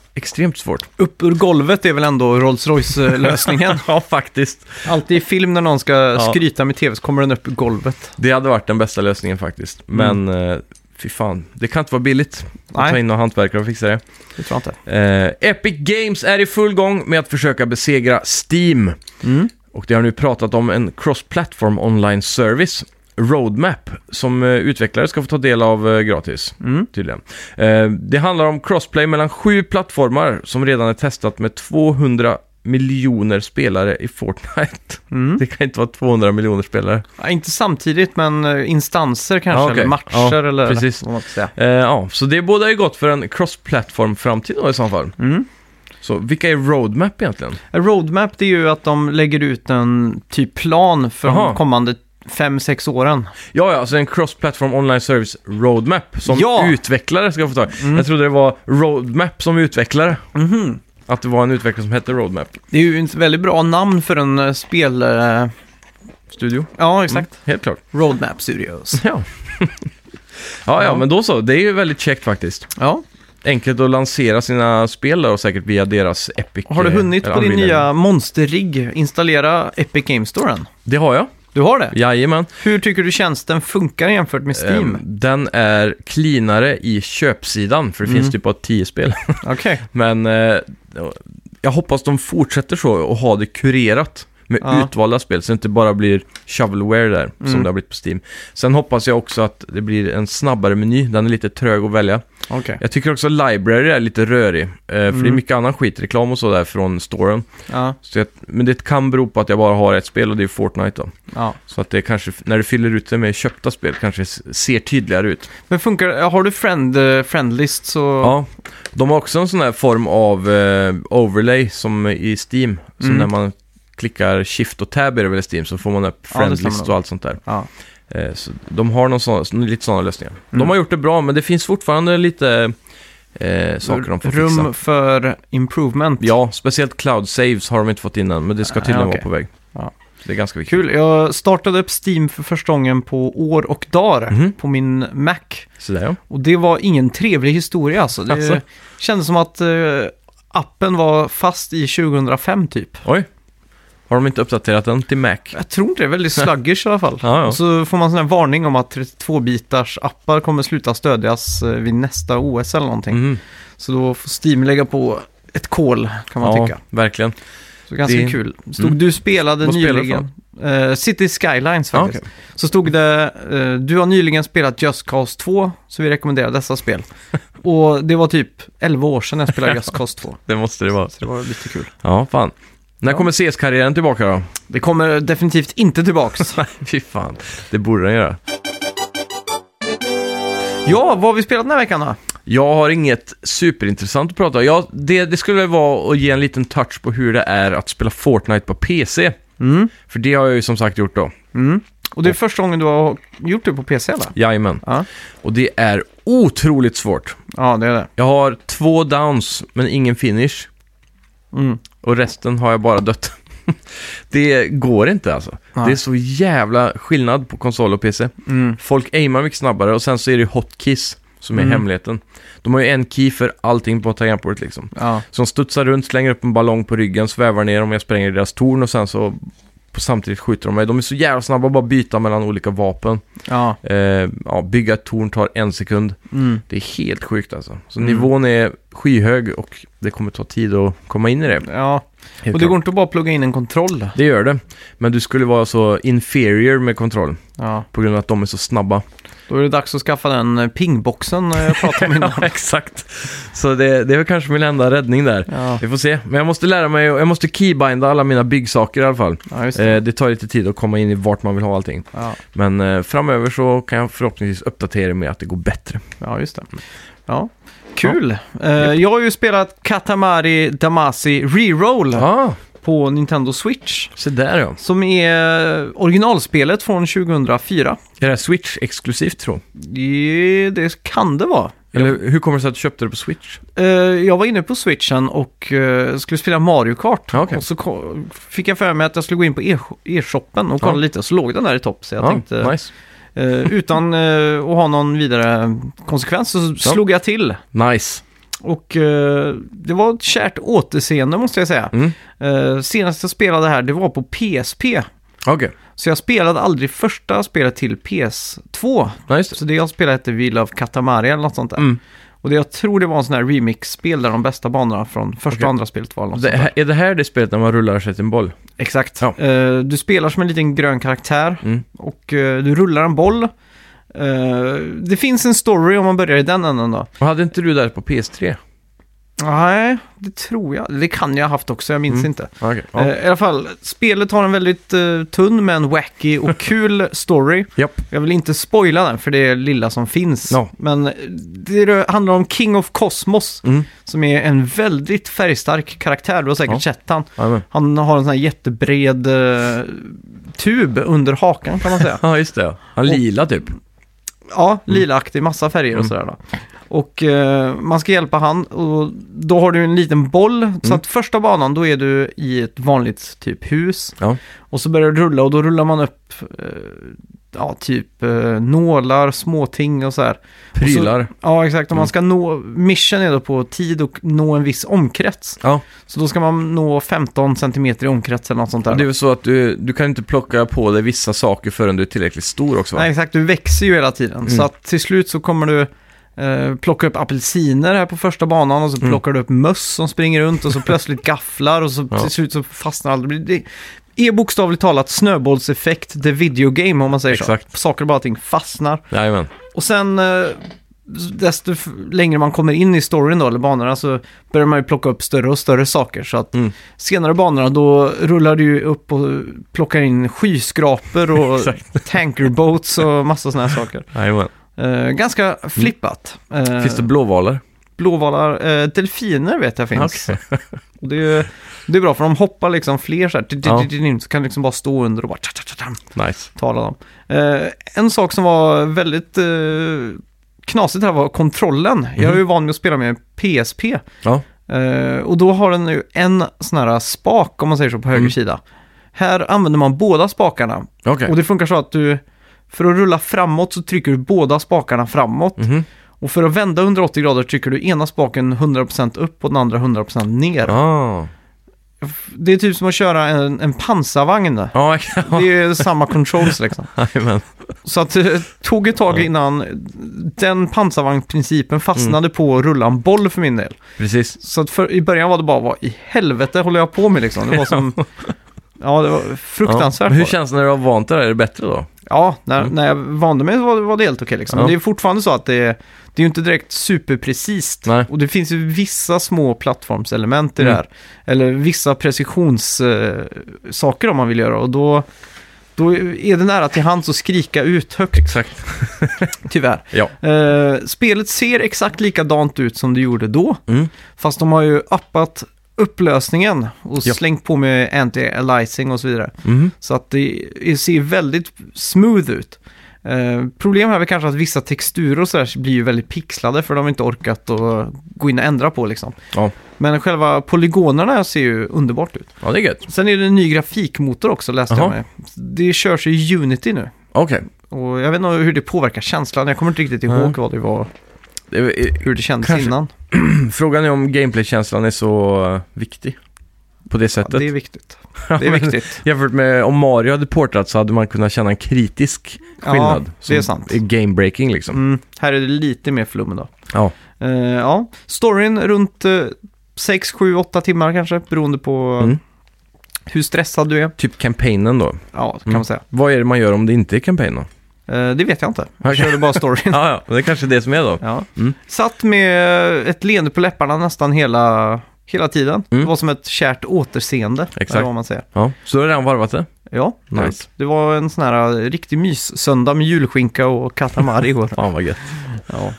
S2: extremt svårt.
S1: Upp ur golvet är väl ändå eh, Rolls Royce-lösningen.
S2: ja, faktiskt.
S1: Alltid i film när någon ska
S2: Ja.
S1: skryta med tv så kommer den upp ur golvet.
S2: Det hade varit den bästa lösningen faktiskt. Men eh, fy fan, det kan inte vara billigt att
S1: Mm. Nej.
S2: ta in någon hantverkare och fixa det.
S1: Det tror jag inte.
S2: Eh, Epic Games är i full gång med att försöka besegra Steam.
S1: Mm.
S2: Och det har nu pratat om en cross-platform online service, Roadmap, som eh, utvecklare ska få ta del av eh, gratis.
S1: Mm.
S2: Tydligen. Eh, det handlar om crossplay mellan sju plattformar som redan är testat med 200 miljoner spelare i Fortnite.
S1: Mm.
S2: Det kan inte vara 200 miljoner spelare.
S1: Ja, inte samtidigt, men eh, instanser kanske,
S2: Ja, okej.
S1: eller matcher
S2: Ja,
S1: eller
S2: precis.
S1: vad man ska säga.
S2: Eh, ja, så det är båda ju gott för en cross-platform framtid då i så fall.
S1: Mm.
S2: Så vilka är Roadmap egentligen?
S1: En Roadmap, det är ju att de lägger ut en typ plan för
S2: Jaha.
S1: de kommande fem sex åren.
S2: Ja, ja, alltså en cross-platform online service roadmap som
S1: Ja! Mm.
S2: utvecklare ska få tag i. Jag trodde det var roadmap som utvecklare. Att det var en utvecklare som hette roadmap.
S1: Mhm. Det är ju ett väldigt bra namn för en eh, spel... eh,
S2: Studio. Mm,
S1: Ja, exakt.
S2: Helt klart.
S1: Roadmap Studios.
S2: Ja. ja, ja,
S1: Ja.
S2: men då så. Det är ju väldigt käckt faktiskt.
S1: Ja.
S2: enkelt att lansera sina spel där och säkert via deras Epic.
S1: Har du
S2: eh,
S1: hunnit
S2: eller
S1: på din
S2: Unreal Engine.
S1: nya monsterrigg installera Epic Games Store än?
S2: Det har jag.
S1: Du har det?
S2: Jajamän.
S1: Hur tycker du tjänsten funkar jämfört med Steam?
S2: Ehm, Den är cleanare i köpsidan, för det
S1: Mm.
S2: finns typ bara tio spel.
S1: Okej.
S2: Men eh, jag hoppas de fortsätter så och har det kurerat med
S1: Ja.
S2: utvalda spel så det inte bara blir shovelware där som
S1: Mm.
S2: det har blivit på Steam. Sen hoppas jag också att det blir en snabbare meny, den är lite trög att välja.
S1: Okej.
S2: Jag tycker också Library är lite rörig, eh, för det är
S1: Mm.
S2: mycket annan skit, reklam och så där från storen.
S1: Ja.
S2: Så jag, men det kan bero på att jag bara har ett spel och det är Fortnite då.
S1: ja.
S2: Så att det kanske, när du fyller ut det med köpta spel kanske s- ser tydligare ut.
S1: Men funkar Har du friend, eh, friendlist så...
S2: Ja, de har också en sån här form av eh, overlay som i Steam. Så
S1: Mm.
S2: när man klickar shift och tab är det väl i Steam så får man upp
S1: Ja, det
S2: friendlist
S1: stämmer.
S2: och allt sånt där.
S1: Ja.
S2: Eh, så de har någon sån, så- lite sådana lösningar.
S1: Mm.
S2: De har gjort det bra men det finns fortfarande lite eh, saker de får
S1: Rum
S2: fixa.
S1: för improvement.
S2: Ja, speciellt cloud saves har de inte fått innan men det ska
S1: Ah,
S2: tydligen
S1: okej.
S2: vara på väg.
S1: Ja.
S2: Så det är ganska viktigt.
S1: Kul. Jag startade upp Steam för första gången på år och dagar
S2: Mhm.
S1: på min Mac.
S2: Sådär ja.
S1: Och det var ingen trevlig historia alltså. Det
S2: Alltså?
S1: kändes som att eh, appen var fast i 2005 typ.
S2: Oj. Har de inte uppdaterat den till Mac?
S1: Jag tror inte det, väldigt sluggish i alla fall.
S2: Ja, ja.
S1: Och så får man sån här varning om att 32-bitars appar kommer sluta stödjas eh, vid nästa OS eller någonting.
S2: Mhm.
S1: Så då får Steam lägga på ett kol kan man
S2: ja,
S1: tycka.
S2: verkligen.
S1: Så ganska
S2: det-
S1: kul. Stod
S2: Mm.
S1: du spelade
S2: Vad spelar du
S1: nyligen? Eh, City Skylines
S2: Ja,
S1: faktiskt. Så stod det, eh, du har nyligen spelat Just Cause 2, så vi rekommenderar dessa spel. Och det var typ 11 år sedan jag spelade Just Cause 2.
S2: Det måste det vara.
S1: Så det var lite kul.
S2: Ja, fan. När
S1: Ja.
S2: kommer CS-karriären tillbaka då?
S1: Det kommer definitivt inte tillbaks.
S2: Fy fan, det borde den göra.
S1: ja, vad har vi spelat den här veckan då?
S2: Jag har inget superintressant att prata om. Ja, det, det skulle väl vara att ge en liten touch på hur det är att spela Fortnite på PC.
S1: Mm.
S2: För det har jag ju som sagt gjort då.
S1: Mm. Och det är första gången du har gjort det på PC va?
S2: Jajamän.
S1: Ja.
S2: Och det är otroligt svårt.
S1: Ja, det är det.
S2: Jag har två downs, men ingen finish.
S1: Mm.
S2: Och resten har jag bara dött. det går inte alltså.
S1: Nej.
S2: Det är så jävla skillnad på konsol och PC.
S1: Mm.
S2: Folk aimar mycket snabbare och sen så är det ju hotkeys som är
S1: Mm.
S2: hemligheten. De har ju en key för allting på tangentbordet liksom.
S1: Ja.
S2: Så de studsar runt, slänger upp en ballong på ryggen, svävar ner om jag spränger deras torn och sen så på samtidigt skjuter de mig. De är så jävla snabba att bara byta mellan olika vapen.
S1: Ja.
S2: Eh, ja, bygga ett torn tar en sekund.
S1: Mm.
S2: Det är helt sjukt alltså. Så
S1: Mm.
S2: nivån är skyhög och det kommer ta tid att komma in i det.
S1: Ja.
S2: helt
S1: Och det
S2: klart.
S1: går inte att bara plugga in en kontroll.
S2: det gör det. Men du skulle vara så inferior med kontroll
S1: Ja.
S2: på grund av att de är så snabba.
S1: Då är det dags att skaffa den eh, pingboxen eh, jag pratade om innan.
S2: Ja, exakt. Så det, det är väl kanske min enda räddning där.
S1: Ja,
S2: Vi får se. Men jag måste lära mig, jag måste keybinda alla mina byggsaker i alla fall.
S1: ja just det.
S2: Eh, det tar lite tid att komma in i vart man vill ha allting.
S1: Ja,
S2: Men eh, framöver så kan jag förhoppningsvis uppdatera er med att det går bättre.
S1: ja just det. Ja. Kul! Eh, jag har ju spelat Katamari Damacy Reroll
S2: Ja, ah,
S1: på Nintendo Switch.
S2: se där ja.
S1: Som är eh, originalspelet från 2004.
S2: Är det här Switch-exklusivt tror
S1: Det, det kan det vara.
S2: Eller hur kommer det sig att du köpte det på Switch?
S1: Eh, jag var inne på Switchen och eh, skulle spela Mario Kart.
S2: Ja, okej.
S1: Och så ko- fick jag för mig att jag skulle gå in på e- e-shoppen och kolla
S2: Ja.
S1: lite. Så låg den där i topp. Så jag
S2: Ja,
S1: tänkte,
S2: nice.
S1: eh, utan eh, att ha någon vidare konsekvens, så slog jag till.
S2: Nice.
S1: Och eh, det var ett kärt återseende måste jag säga.
S2: Mm.
S1: Eh, senast jag spelade här, det var på PSP.
S2: Okej,
S1: Så jag spelade aldrig första spelet till PS2.
S2: ja, just det.
S1: Så det jag spelade hette Wheel of Katamari eller något sånt där.
S2: Mm.
S1: Och det jag tror det var en sån här remix-spel där de bästa banorna från första
S2: Okej.
S1: och andra spelet var. eller Något
S2: Det,
S1: sånt där.
S2: här- är det här det spelet när man rullar sig till en boll?
S1: Exakt.
S2: Ja.
S1: Eh, du spelar som en liten grön karaktär
S2: Mm.
S1: och eh, du rullar en boll. Eh, det finns en story om man börjar i den änden då.
S2: Och hade inte du det här på PS3?
S1: Nej, det tror jag. Det kan jag ha haft också, jag minns
S2: Mm.
S1: inte.
S2: Okej. Ja.
S1: Eh, I alla fall, spelet har en väldigt eh, tunn men wacky och kul story.
S2: Japp.
S1: Jag vill inte spoila den för det är lilla som finns.
S2: Ja.
S1: Men det rö- handlar om King of Cosmos
S2: Mm.
S1: som är en väldigt färgstark karaktär. Du har säkert
S2: Ja.
S1: sett han.
S2: Jajamän.
S1: Han har en sån här jättebred eh, tub under hakan kan man säga.
S2: Ja, just det. Han lila typ.
S1: Ja, lilaaktig, massa färger och
S2: Mm.
S1: sådär då. Och eh, man ska hjälpa han och då har du en liten boll.
S2: Mm.
S1: Så att första banan då är du i ett vanligt typ hus.
S2: Ja.
S1: Och så börjar du rulla och då rullar man upp eh, ja, typ eh, nålar, småting och så här.
S2: Prylar.
S1: Och så, ja, exakt.
S2: Mm.
S1: Om man ska nå, mission är då på tid och nå en viss omkrets.
S2: Ja,
S1: Så då ska man nå 15 centimeter i omkrets eller något sånt där.
S2: och det är väl så att du, du kan inte plocka på dig vissa saker förrän du är tillräckligt stor också va?
S1: Nej, exakt. Du växer ju hela tiden.
S2: Mm.
S1: Så att till slut så kommer du eh, plocka upp apelsiner här på första banan och
S2: Mm.
S1: så plockar du upp möss som springer runt och så plötsligt gafflar och så
S2: Ja.
S1: till slut så fastnar allt. Det blir- Det är bokstavligt talat snöbollseffekt, the video game om man säger så.
S2: Exakt.
S1: Saker och bara ting fastnar.
S2: Jajamän.
S1: Och sen eh, desto f- längre man kommer in i storyn då, eller banorna, så börjar man ju plocka upp större och större saker. Så att
S2: Mm.
S1: senare banorna, då rullar du ju upp och plockar in skyskrapor och tankerboats och massa sådana här saker.
S2: Jajamän.
S1: Eh, ganska flippat. Eh,
S2: Mm. Finns det blåvalar?
S1: blåvalar? Eh, delfiner vet jag finns.
S2: Okej.
S1: Och det, är, ju- det är bra för de hoppar liksom fler så här. tut, tut,
S2: Ja.
S1: tut, tut, Så kan du liksom bara stå under och bara tja, tja, tja, tja
S2: Nice.
S1: tala om. Eh, en sak som var väldigt eh, knasigt här var kontrollen. Jag är
S2: Mm.
S1: ju van med att spela med PSP.
S2: Ja.
S1: Eh, och då har den ju en sån här spak, om man säger så, på höger
S2: Mm.
S1: sida. Här använder man båda spakarna.
S2: Okej.
S1: Och det funkar så att du, för att rulla framåt så trycker du båda spakarna framåt.
S2: Mhm.
S1: Och för att vända 180 grader trycker du ena spaken 100% upp och den andra 100% ner.
S2: Ah.
S1: Det är typ som att köra en, en pansarvagn.
S2: Ja,
S1: Det är ju samma controls liksom.
S2: jajamän.
S1: Så att det tog ett tag innan den pansarvagnprincipen
S2: Mm.
S1: fastnade på att rulla en boll för min del.
S2: Precis.
S1: Så att för, i början var det bara, vad i helvete håller jag på med liksom? Det var som, ja det var
S2: Ja.
S1: fruktansvärt.
S2: Men
S1: var
S2: hur
S1: det.
S2: känns det när du har vant dig där? Är det bättre då?
S1: Ja, när, när jag vande mig var, var det helt okej liksom. Men
S2: Mm. Ja.
S1: det är fortfarande så att det, är- det är ju inte direkt superprecist.
S2: Nej.
S1: Och det finns ju vissa små plattformselement i det
S2: Mm.
S1: här. Eller vissa precisionssaker eh, saker om man vill göra. Och då, då är det nära till hands att skrika ut högt,
S2: Exakt.
S1: tyvärr.
S2: Ja.
S1: Eh, spelet ser exakt likadant ut som det gjorde då.
S2: Mm.
S1: Fast de har ju uppat upplösningen och
S2: Ja.
S1: slängt på med anti-aliasing och så vidare.
S2: Mhm.
S1: Så att det det ser väldigt smooth ut. Eh, problem här är väl kanske att vissa texturer och sådär blir ju väldigt pixlade för de har inte orkat att gå in och ändra på liksom.
S2: Ja.
S1: Men själva polygonerna ser ju underbart ut.
S2: ja, det är gött.
S1: Sen är det en ny grafikmotor också läste jag
S2: Jaha.
S1: med. Det körs i Unity nu.
S2: Okej.
S1: Och jag vet inte hur det påverkar känslan. Jag kommer inte riktigt
S2: Nej.
S1: ihåg vad det var,
S2: Det är-
S1: hur det kändes
S2: Kanske-
S1: innan.
S2: Frågan är om gameplaykänslan är så eh, viktig. På det
S1: Ja,
S2: sättet.
S1: det är viktigt. Det är viktigt.
S2: Typ. Jämfört med om Mario hade portat så hade man kunnat känna en kritisk skillnad.
S1: Ja, det är sant.
S2: Som game-breaking liksom.
S1: Mm, här är det lite mer flum då.
S2: Ja.
S1: Eh, ja, storyn runt eh, 6, 7, 8 timmar kanske, beroende på
S2: Mm.
S1: hur stressad du är.
S2: Typ campaignen då.
S1: Ja, kan
S2: Mm.
S1: man säga.
S2: Vad är det man gör om det inte är campaign då?
S1: Eh, det vet jag inte. Jag
S2: Okej.
S1: körde bara storyn.
S2: Ja, ja. Det är kanske det som är då.
S1: ja.
S2: Mm.
S1: Satt med ett leende på läpparna nästan hela, hela tiden.
S2: Mm.
S1: Det var som ett kärt återseende,
S2: Exakt.
S1: eller vad man säger.
S2: Ja. Så du har redan varvat det?
S1: Ja,
S2: Nice.
S1: det var en sån här eh, riktig mys-söndag med julskinka och katamari i år.
S2: Fan vad gött.
S1: ja.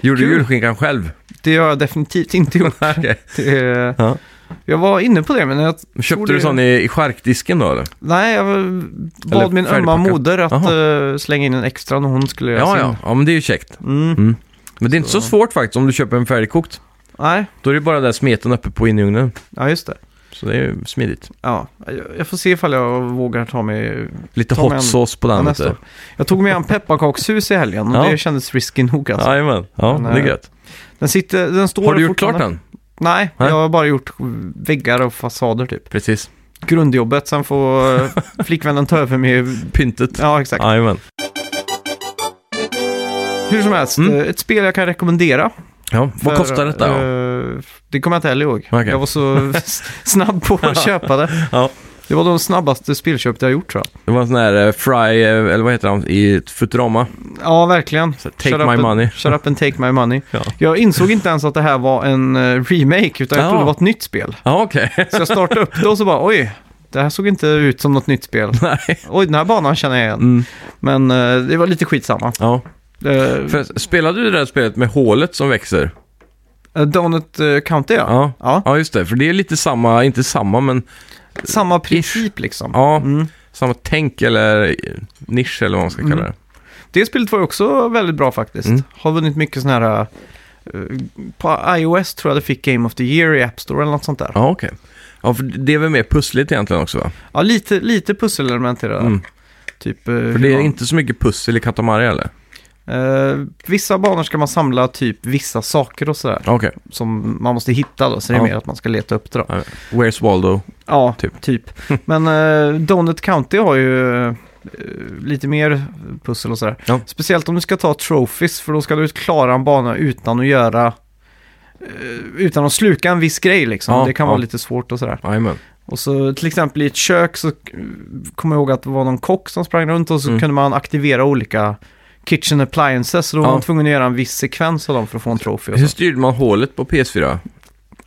S2: Gjorde du
S1: Kul.
S2: julskinkan själv?
S1: Det har jag definitivt inte gjort.
S2: Okej.
S1: Det,
S2: Ja.
S1: Jag var inne på det, men jag tror
S2: Köpte
S1: det-
S2: du sån i, i charkdisken då eller?
S1: Nej, jag bad min ömma
S2: färdigpackat.
S1: moder att
S2: Jaha.
S1: eh, slänga in en extra när hon skulle göra
S2: Ja,
S1: sin.
S2: ja. Ja, men det är ju käckt.
S1: Mm.
S2: Mm. Men det är inte så svårt faktiskt om du köper en färdigkokt.
S1: Nej,
S2: Då är det bara den där smeten uppe på in i ugnen.
S1: ja just det.
S2: Så det är ju smidigt.
S1: Ja, jag, jag får se ifall jag vågar ta mig
S2: Lite
S1: Ta med en-
S2: hot sauce på den.
S1: nästa
S2: vet
S1: år. Jag tog med en pepparkakshus i helgen och
S2: Ja.
S1: det kändes risky nog
S2: du.
S1: alltså.
S2: Jajamän. Ja,
S1: Men,
S2: det är
S1: eh,
S2: gött.
S1: Den, sitter, den står
S2: Har du gjort klart
S1: fortfarande-
S2: den?
S1: Nej,
S2: Nej.
S1: jag har bara gjort väggar och fasader typ.
S2: Precis.
S1: Grundjobbet, sen får eh, flickvännen ta över med...
S2: Pyntet.
S1: Ja, exakt.
S2: Jajamän.
S1: Hur som helst,
S2: Mm.
S1: eh, ett spel jag kan rekommendera.
S2: Ja,
S1: För,
S2: vad kostar detta? då?
S1: eh, det kommer jag inte heller ihåg.
S2: Okej.
S1: Jag var så s- snabb på att köpa det.
S2: Ja.
S1: Det var de snabbaste spelköp jag har gjort tror jag.
S2: Det var en sån här eh, Fry, eh, eller vad heter han, i ett Futurama.
S1: Ja, verkligen.
S2: Så, take
S1: Shut up
S2: my
S1: and-
S2: money.
S1: Shut up and take my money.
S2: Ja.
S1: Jag insåg inte ens att det här var en eh, remake, utan jag
S2: Ja.
S1: trodde det var ett nytt spel.
S2: Ja, okej.
S1: Så jag startade upp det och så bara, oj, det här såg inte ut som något nytt spel.
S2: Nej.
S1: Oj, den här banan känner jag igen.
S2: Mm.
S1: Men eh, det var lite skitsamma.
S2: Ja.
S1: Uh,
S2: För, spelade du det där spelet med hålet som växer?
S1: Donut eh, County, ja.
S2: Ja.
S1: Ja,
S2: Ja, just det. För det är lite samma, inte samma, men
S1: samma princip liksom.
S2: ja,
S1: Mm.
S2: samma tänk eller eh, nisch eller vad man ska kalla det.
S1: Det spelet var ju också väldigt bra faktiskt.
S2: Mm.
S1: Har vunnit mycket sådana här... eh, På iOS tror jag det fick Game of the Year i App Store eller något sånt där.
S2: Ja, okej. Ja, för det är väl mer pussligt egentligen också va?
S1: Ja, lite, lite pusselelement i det där.
S2: Mm.
S1: Typ, eh, hur
S2: För det är
S1: man-
S2: inte så mycket pussel i Katamari eller?
S1: eh, vissa banor ska man samla typ vissa saker och sådär.
S2: Okej.
S1: Som man måste hitta då, så det är
S2: Ja.
S1: mer att man ska leta upp det då.
S2: Where's Waldo?
S1: Ja,
S2: Typ.
S1: typ. Men eh, Donut County har ju eh, lite mer pussel och sådär.
S2: Ja.
S1: Speciellt om du ska ta trophies, för då ska du klara en bana utan att göra... eh, utan att sluka en viss grej liksom.
S2: Ja,
S1: det kan
S2: ja.
S1: vara lite svårt och sådär.
S2: Jajamän.
S1: Och så till exempel i ett kök så eh, kommer jag ihåg att det var någon kock som sprang runt och så
S2: Mm.
S1: kunde man aktivera olika kitchen appliances. Så då
S2: Ja.
S1: var man tvungen att göra en viss sekvens av dem för att få en trofé. och
S2: Hur
S1: så.
S2: styrde man hålet på PS4?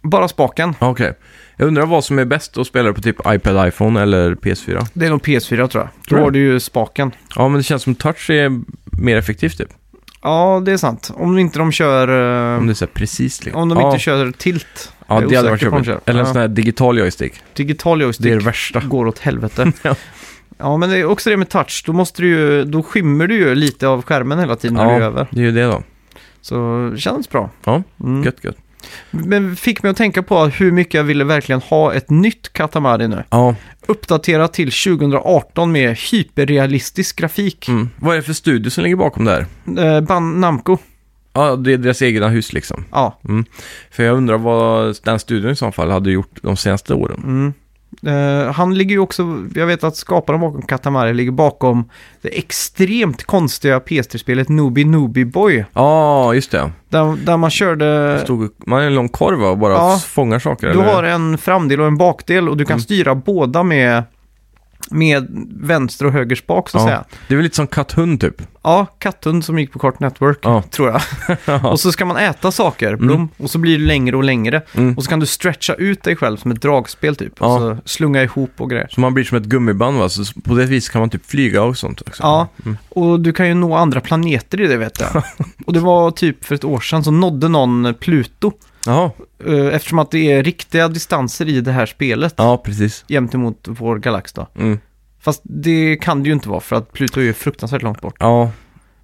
S1: Bara spaken.
S2: Ja, Okej. Jag undrar vad som är bäst att spela det på typ iPad, iPhone eller PS4?
S1: Det är nog PS4 tror jag.
S2: Tror du?
S1: Då har du ju spaken.
S2: Ja, men det känns som touch är mer effektivt typ.
S1: Ja, det är sant. Om inte de kör... eh,
S2: Om det är så här precis liksom.
S1: Om de
S2: ja.
S1: inte kör tilt.
S2: Ja,
S1: Jag är
S2: det hade varit
S1: osäker på om
S2: jobbigt.
S1: de kör.
S2: Eller en
S1: Ja.
S2: sån här digital joystick.
S1: Digital
S2: Det är det
S1: joystick
S2: värsta.
S1: går åt helvete.
S2: Ja.
S1: ja, men det är också det med touch. Då, måste du ju, då skymmer du ju lite av skärmen hela tiden när
S2: Ja.
S1: du är över.
S2: Det är ju det
S1: Mm.
S2: då.
S1: Så det känns bra.
S2: Ja,
S1: Mm.
S2: Gött, gött.
S1: Men fick mig att tänka på hur mycket jag ville verkligen ha ett nytt Katamari nu.
S2: Ja.
S1: Uppdaterat till 2018 med hyperrealistisk grafik.
S2: Mm. Vad är det för studio som ligger bakom det här?
S1: Eh, Ban Namco.
S2: Ja, det är deras egna hus liksom.
S1: Ja.
S2: För jag undrar vad den studion i så fall hade gjort de senaste åren.
S1: Mm. Eh, han ligger ju också, jag vet att skaparen bakom Katamari ligger bakom det extremt konstiga PS3-spelet Nobi Nobi Boy.
S2: Ja, just det.
S1: Där, där man
S2: Det
S1: körde,
S2: Stod, man är en lång korv va, och bara
S1: Ja.
S2: fångar saker.
S1: du
S2: eller?
S1: har en framdel och en bakdel och du kan
S2: Mm.
S1: styra båda med, med vänster och höger spak så att
S2: Ja.
S1: säga.
S2: Det är väl lite som katthund typ.
S1: Ja, katthund som gick på Kart Network,
S2: Ja.
S1: tror jag. och så ska man äta saker, blom, och så blir det längre och längre.
S2: Mm.
S1: Och så kan du stretcha ut dig själv som ett dragspel typ.
S2: Ja.
S1: Och så slunga ihop och grejer.
S2: Så man blir som ett gummiband va, så på det viset kan man typ flyga och sånt också.
S1: Ja,
S2: Mm.
S1: och du kan ju nå andra planeter i det vet jag. och det var typ för ett år sedan så nådde någon Pluto.
S2: Jaha.
S1: eh, Eftersom att det är riktiga distanser i det här spelet
S2: Ja, precis.
S1: jämt emot vår galax då.
S2: Mm.
S1: Fast det kan det ju inte vara för att Pluto är ju fruktansvärt långt bort.
S2: Ja,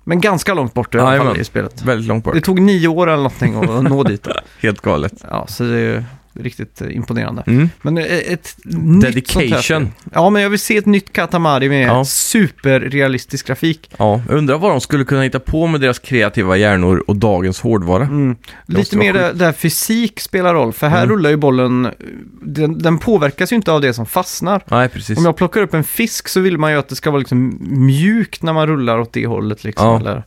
S1: Men ganska långt bort i alla
S2: Jajamän.
S1: fall i spelet.
S2: väldigt långt bort.
S1: Det tog nio år eller någonting att nå dit.
S2: Helt galet.
S1: Ja, så det är ju riktigt eh, imponerande.
S2: Mm.
S1: Men eh, ett nytt sånt här spel.
S2: Dedication.
S1: Ja, men jag vill se ett nytt Katamari med
S2: Ja.
S1: superrealistisk grafik.
S2: Ja, jag undrar vad de skulle kunna hitta på med deras kreativa hjärnor och dagens hårdvara.
S1: Mm.
S2: Det måste
S1: Lite mer
S2: vara
S1: där, där fysik spelar roll, för här
S2: Mm.
S1: rullar ju bollen, eh, den, den påverkas ju inte av det som fastnar.
S2: Nej, precis.
S1: Om jag plockar upp en fisk så vill man ju att det ska vara liksom mjukt när man rullar åt det hållet liksom.
S2: Ja.
S1: Eller,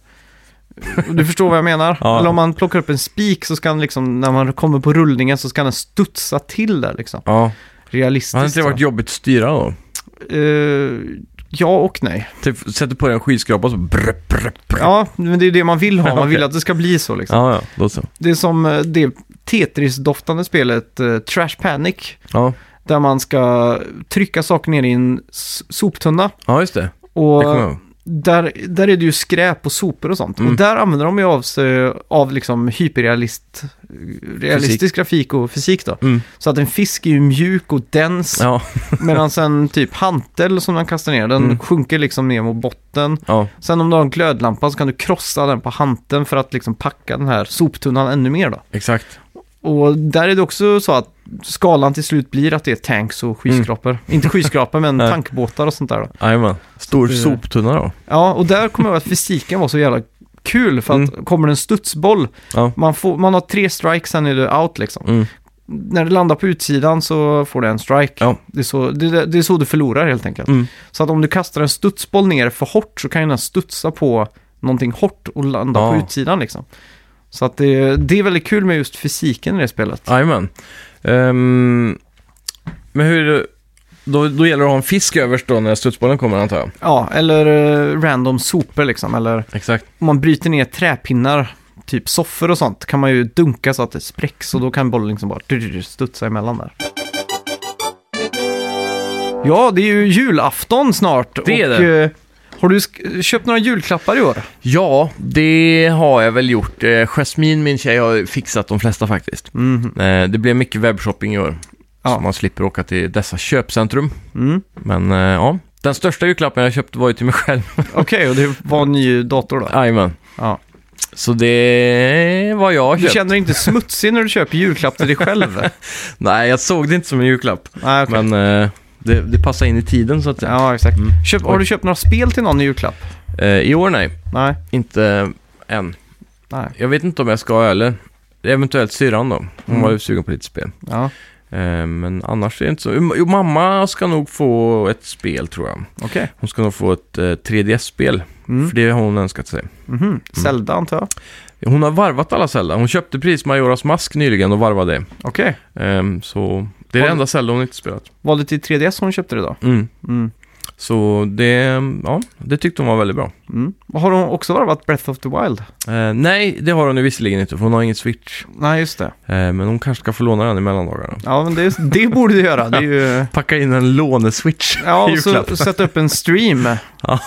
S1: du förstår vad jag menar?
S2: Ja.
S1: Eller om man plockar upp en spik så ska den liksom, när man kommer på rullningen så ska den studsa till där liksom.
S2: Ja,
S1: Realistiskt.
S2: hade inte det
S1: så.
S2: varit jobbigt att styra då?
S1: Eh, ja och nej.
S2: Typ sätter på dig en skyskrapa och så brr, brr, brr.
S1: Ja, men det är ju det man vill ha. Man
S2: Okej.
S1: vill att det ska bli så liksom.
S2: ja, ja, då så.
S1: Det är som eh, det Tetris-doftande spelet eh, Trash Panic.
S2: Ja.
S1: Där man ska trycka saker ner i en s- soptunna.
S2: ja, just det.
S1: Och
S2: Det kommer jag ihåg.
S1: där, där är det ju skräp och sopor och sånt.
S2: Mm.
S1: Och där använder de ju av sig av liksom hyperrealist, realistisk grafik och fysik då.
S2: Mm.
S1: Så att en fisk är ju mjuk och dens.
S2: Ja,
S1: Medan en typ hantel som man kastar ner, den
S2: Mm.
S1: sjunker liksom ner mot botten.
S2: ja.
S1: Sen om du har en glödlampa så kan du krossa den på hanteln för att liksom packa den här soptunnan ännu mer då.
S2: Exakt.
S1: Och där är det också så att skalan till slut blir att det är tanks och skyskrapor. Inte skyskrapor men
S2: Mm. Nej.
S1: tankbåtar och sånt där då.
S2: Jajamän. Stor
S1: Så det-
S2: soptunna då.
S1: Ja, och där kommer jag ihåg att fysiken var så jävla kul för att kommer det en studsboll,
S2: Mm. Ja.
S1: man, får, man har tre strikes, sen är du out liksom.
S2: Mm.
S1: När det landar på utsidan så får du en strike.
S2: Ja.
S1: Det, är så, det, det är så du förlorar helt enkelt.
S2: Mm.
S1: Så att om du kastar en studsboll ner för hårt så kan ju den studsa på någonting hårt och landa
S2: Ja.
S1: på utsidan liksom. Så att det, det är väldigt kul med just fysiken i det spelet.
S2: Jajamän. Ehm, men hur... Då, då gäller det att ha en fisk överst då när studsbollen kommer antar jag.
S1: Ja, eller eh, random sopor liksom. Eller
S2: Exakt.
S1: om man bryter ner träpinnar, typ soffor och sånt, kan man ju dunka så att det spräcks och då kan bollen liksom bara drr, studsa emellan där. Ja, det är ju julafton snart.
S2: Det är
S1: och,
S2: det.
S1: eh, Har du sk- köpt några julklappar i år?
S2: Ja, det har jag väl gjort. Eh, Jasmine, min tjej, har fixat de flesta faktiskt.
S1: Mhm.
S2: Eh, Det blev mycket webbshopping i år.
S1: Ja.
S2: Så man slipper åka till dessa köpcentrum.
S1: Mm.
S2: Men eh, ja, den största julklappen jag köpte var ju till mig själv.
S1: Okej, och det var en ny dator då?
S2: Jajamän.
S1: Ja.
S2: Så det var jag har
S1: Du
S2: köpt.
S1: känner dig inte smutsig när du köper julklapp till dig själv?
S2: Nej, jag såg det inte som en julklapp.
S1: Nej, okej.
S2: Men eh, Det, det passar in i tiden så att säga.
S1: Ja, exakt.
S2: Mm.
S1: Köp, har
S2: Oj.
S1: du köpt några spel till någon i julklapp?
S2: Eh, I år nej,
S1: Nej.
S2: inte än.
S1: Nej.
S2: Jag vet inte om jag ska eller eventuellt syrran då. Hon
S1: Mm.
S2: var ju sugen på lite spel.
S1: Ja,
S2: Eh, men annars är det inte så. Jo, mamma ska nog få ett spel tror jag.
S1: okej.
S2: Hon ska nog få ett eh, 3DS-spel.
S1: Mm.
S2: För det har hon önskat sig.
S1: Mhm. Zelda antar jag.
S2: Hon har varvat alla Zelda. Hon köpte precis Majoras mask nyligen och varvade det.
S1: Okej.
S2: Ehm, så det är
S1: Har
S2: det
S1: du-
S2: enda Zelda hon inte spelat.
S1: Var det till 3DS hon köpte det då?
S2: Mm.
S1: Mm.
S2: Så det, ja, det tyckte hon var väldigt bra.
S1: Mm. Har hon också varvat Breath of the Wild?
S2: Eh, nej, det har hon ju visserligen inte för hon har ingen Switch.
S1: Nej, just det.
S2: Eh, men hon kanske ska få låna den i mellandagarna.
S1: Ja, men det, det borde du göra. Det är ju...
S2: Packa in en låneswitch
S1: Ja,
S2: i
S1: och så
S2: julklapp.
S1: sätta upp en stream.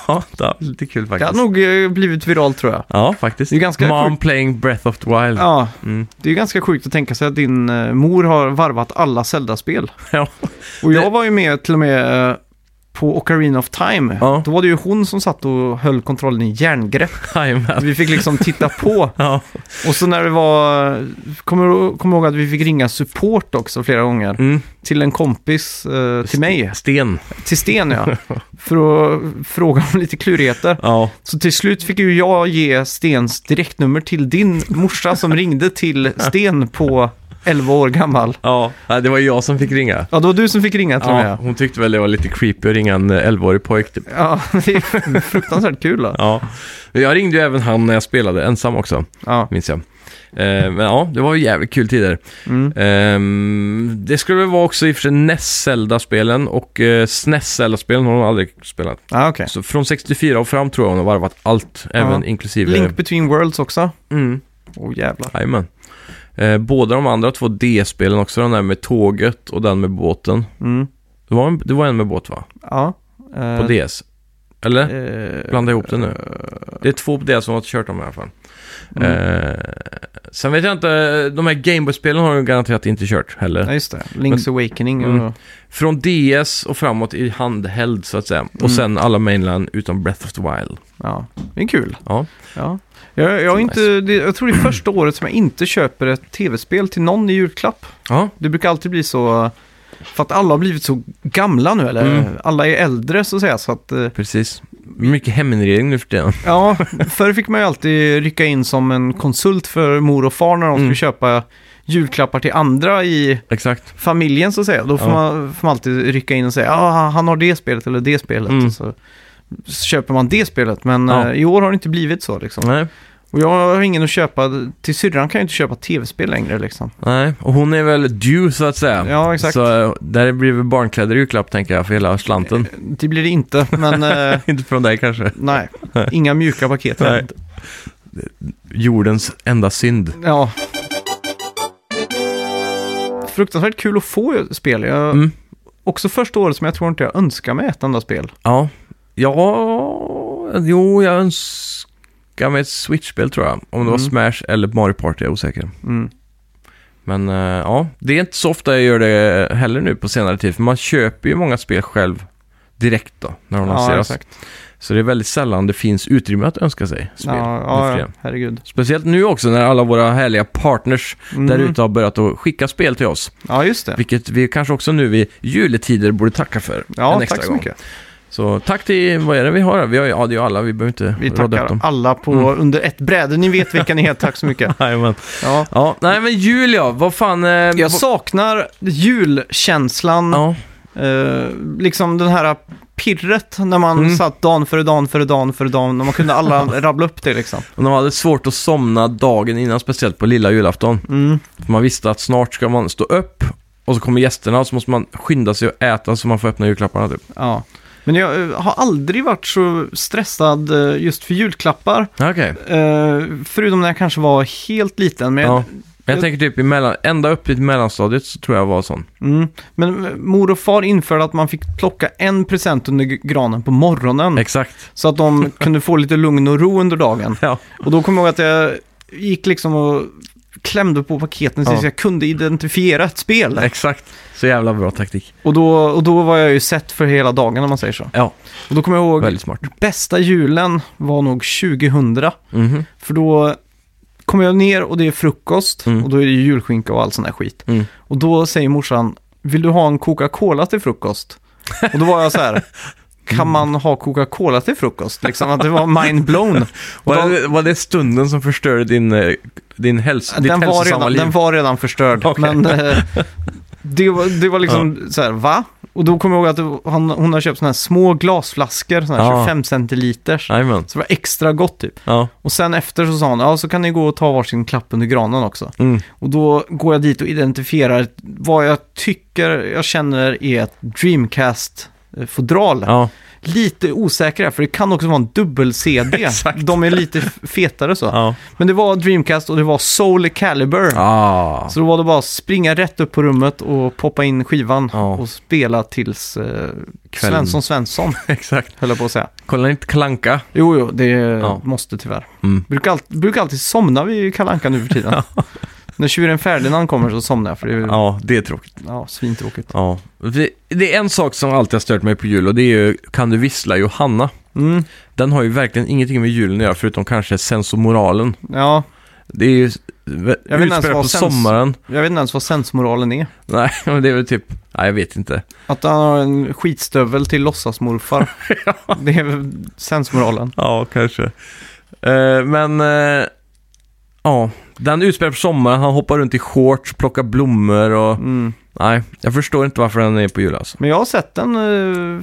S2: Ja, det är lite kul
S1: Det
S2: faktiskt.
S1: hade nog eh, blivit viralt tror jag.
S2: Ja, faktiskt.
S1: Det är ganska
S2: Mom playing Breath of the Wild. Ja.
S1: Ja,
S2: Mm.
S1: det är ju ganska sjukt att tänka sig att din eh, mor har varvat alla Zelda-spel.
S2: Ja.
S1: Och jag
S2: Det-
S1: var ju med till och med eh, på Ocarina of Time.
S2: Ja.
S1: Då var det ju hon som satt och höll kontrollen i järngrepp.
S2: Jajamän.
S1: Vi fick liksom titta på.
S2: Ja.
S1: Och så när det var... Kommer du kommer du ihåg att vi fick ringa support också flera gånger?
S2: Mm.
S1: Till en kompis, eh, till mig.
S2: Sten.
S1: Till Sten ja. För att fråga om lite klurigheter.
S2: Ja.
S1: Så till slut fick ju jag ge Stens direktnummer till din morsa som ringde till Sten på 11 år gammal.
S2: ja. Nej, Det var ju jag som fick ringa.
S1: Ja, det var du som fick ringa till och
S2: Ja,
S1: med.
S2: hon tyckte väl det var lite creepy att ringa en eh, 11-årig pojk typ.
S1: Ja, det är fruktansvärt kul då.
S2: Ja. Men Jag ringde ju även han när jag spelade ensam också,
S1: Ja.
S2: minns jag. Eh, men ja, det var ju jävligt kul tider.
S1: Mm.
S2: Ehm, det skulle väl vara också i och för sig NES Zelda-spelen och eh, SNES Zelda-spelen har hon aldrig spelat.
S1: Ja, okej.
S2: Så från 64 och fram tror jag hon har varvat allt, även
S1: Ja.
S2: inklusive...
S1: Link between worlds också.
S2: Mm,
S1: Åh oh, jävlar.
S2: jajamän. Eh, båda de andra två D-spelen också, den där med tåget och den med båten.
S1: Mm.
S2: Det var en, det var en med båt va?
S1: Ja.
S2: På DS? Eller?
S1: Eh,
S2: Blanda ihop det nu. Det är två på det som har kört dem i alla fall.
S1: Mm.
S2: Eh, sen vet jag inte, de här Gameboy-spelen har jag garanterat inte kört heller.
S1: Ja, just det. Link's Awakening. Och...
S2: Mm. Från DS och framåt i handheld så att säga.
S1: Mm.
S2: Och sen alla mainland utom Breath of the Wild.
S1: Ja, det är kul.
S2: Ja,
S1: Ja. Jag, jag, har inte, det, jag tror det är första året som jag inte köper ett tv-spel till någon i julklapp.
S2: ja.
S1: Det brukar alltid bli så, för att alla har blivit så gamla nu, eller
S2: Mm.
S1: alla är äldre så att säga. Så att, eh,
S2: precis. Mycket heminredning nu för tiden.
S1: ja, förr fick man ju alltid rycka in som en konsult för mor och far när de
S2: Mm.
S1: skulle köpa julklappar till andra i
S2: Exakt.
S1: familjen så att säga. Då får,
S2: Ja.
S1: man, får man alltid rycka in och säga ja, ah, han har det spelet eller det spelet.
S2: Mm.
S1: Och så, så köper man det spelet, men
S2: Ja.
S1: eh, i år har det inte blivit så liksom.
S2: Nej.
S1: Och jag har ingen att köpa, till syrran kan jag inte köpa tv-spel längre liksom.
S2: Nej, och hon är väl due så att säga.
S1: Ja, exakt.
S2: Så eh, där blir väl barnkläder i julklapp tänker jag för hela slanten.
S1: Det blir det inte, men eh,
S2: inte från dig kanske.
S1: nej, inga mjuka paket. här.
S2: Nej. Jordens enda synd.
S1: Ja. Fruktansvärt kul att få spel. Jag,
S2: Mm.
S1: Också första året som jag tror inte jag önskar mig ett enda spel.
S2: Ja. Ja, jo, jag önskar mig ett Switch-spel tror jag. Om det var
S1: Mm.
S2: Smash eller Mario Party, jag är osäker.
S1: Mm.
S2: Men eh, ja, det är inte så ofta jag gör det heller nu på senare tid. För man köper ju många spel själv direkt då, när de lanseras. Så det är väldigt sällan det finns utrymme att önska sig spel.
S1: Ja,
S2: nu för
S1: ja, ja,
S2: tiden.
S1: herregud.
S2: Speciellt nu också när alla våra härliga partners
S1: Mm.
S2: där ute har börjat att skicka spel till oss.
S1: Ja, just det.
S2: Vilket vi kanske också nu vid juletider borde tacka för.
S1: Ja,
S2: en extra
S1: tack så
S2: gång.
S1: mycket.
S2: Så tack till, vad är det vi har här? Vi har ju, ja det är ju alla, vi behöver inte
S1: Vi
S2: rada upp
S1: tackar
S2: dem.
S1: alla på
S2: Mm.
S1: under ett bräde. Ni vet vilka ni är. Tack så mycket.
S2: Jajamän.
S1: Ja.
S2: Ja, nej men Julia, vad fan... Eh,
S1: Jag
S2: vad-
S1: saknar julkänslan.
S2: Ja,
S1: Eh, liksom den här pirret när man
S2: Mm.
S1: satt dan före dan före dan före dan. När man kunde alla rabbla upp det liksom.
S2: och de hade svårt att somna dagen innan, speciellt på lilla julafton.
S1: Mm.
S2: För man visste att snart ska man stå upp och så kommer gästerna och så måste man skynda sig och äta så man får öppna julklapparna typ.
S1: Ja. Men jag eh, har aldrig varit så stressad eh, just för julklappar.
S2: Okej.
S1: Eh, förutom när jag kanske var helt liten. Men,
S2: Ja. Men
S1: jag-
S2: jag tänker typ i mellan, ända upp i mellanstadiet så tror jag var sån.
S1: mm, men eh, mor och far införde att man fick plocka en present under g- granen på morgonen.
S2: Exakt.
S1: så att de kunde få lite lugn och ro under dagen.
S2: Ja.
S1: Och då kommer jag ihåg att jag gick liksom och klämde på paketen tills
S2: Ja.
S1: jag kunde identifiera ett spel.
S2: Exakt. Så jävla bra taktik.
S1: Och då, och då var jag ju sett för hela dagen om man säger så.
S2: Ja,
S1: Och då kommer jag ihåg,
S2: väldigt smart.
S1: bästa julen var nog 2000.
S2: Mhm.
S1: För då kommer jag ner och det är frukost
S2: Mm.
S1: och då är det ju julskinka och all sån där skit.
S2: Mm.
S1: Och då säger morsan, vill du ha en Coca-Cola till frukost? Och då var jag så här, kan man ha Coca-Cola till frukost? Liksom att det var mind-blown. Och de-
S2: Var, det, var det stunden som förstörde din, eh, din hälso, ditt
S1: den, var
S2: hälsosamma
S1: redan,
S2: liv?
S1: den var redan förstörd.
S2: Okej.
S1: Men eh, det, var, det var liksom så här, va? Och då kommer jag ihåg att det, var- han, hon har köpt sådana här små glasflaskor, sådana här
S2: Ja.
S1: 25 centiliters.
S2: Jajamän.
S1: Så det var extra gott typ.
S2: Ja.
S1: Och sen efter så sa hon, ja så kan ni gå och ta varsin klapp under granen också.
S2: Mm.
S1: Och då går jag dit och identifierar vad jag tycker jag känner är ett Dreamcast-fodral.
S2: ja.
S1: Lite osäkra, för det kan också vara en dubbel-CD.
S2: Exakt.
S1: De är lite f- fetare så.
S2: ja.
S1: Men det var Dreamcast och det var Soul Calibur.
S2: Ah.
S1: Så då var det bara att springa rätt upp på rummet och poppa in skivan
S2: Ja.
S1: och spela tills eh, Svensson Svensson,
S2: Exakt.
S1: höll jag på att säga.
S2: Kolla inte Kalanka.
S1: Jo, jo, det måste tyvärr.
S2: Mm.
S1: Brukar, all, brukar alltid somna vid Kalle Anka nu för tiden. När tjuren Ferdinand kommer så somnar jag för det är ja.
S2: Ja, det är tråkigt.
S1: svintråkigt.
S2: Ja. Det- Det är en sak som alltid har stört mig på jul och det är ju Kan du vissla Johanna?
S1: Mm,
S2: Den har ju verkligen ingenting med julen att göra förutom kanske sensomoralen.
S1: ja, det
S2: Det är ju
S1: Jag vet inte ens
S2: utspelat på
S1: vad sens-
S2: sommaren.
S1: jag vet inte ens vad sensmoralen är.
S2: Nej, men det är väl typ... Nej, jag vet inte.
S1: Att han har en skitstövel till låtsasmorfar. Det är väl sensmoralen.
S2: Ja, kanske. Eh, men, eh, ja. Den utspelar på sommaren, han hoppar runt i shorts, plockar blommor och...
S1: Mm.
S2: Nej, jag förstår inte varför den är på jul alltså.
S1: Men jag har sett den eh,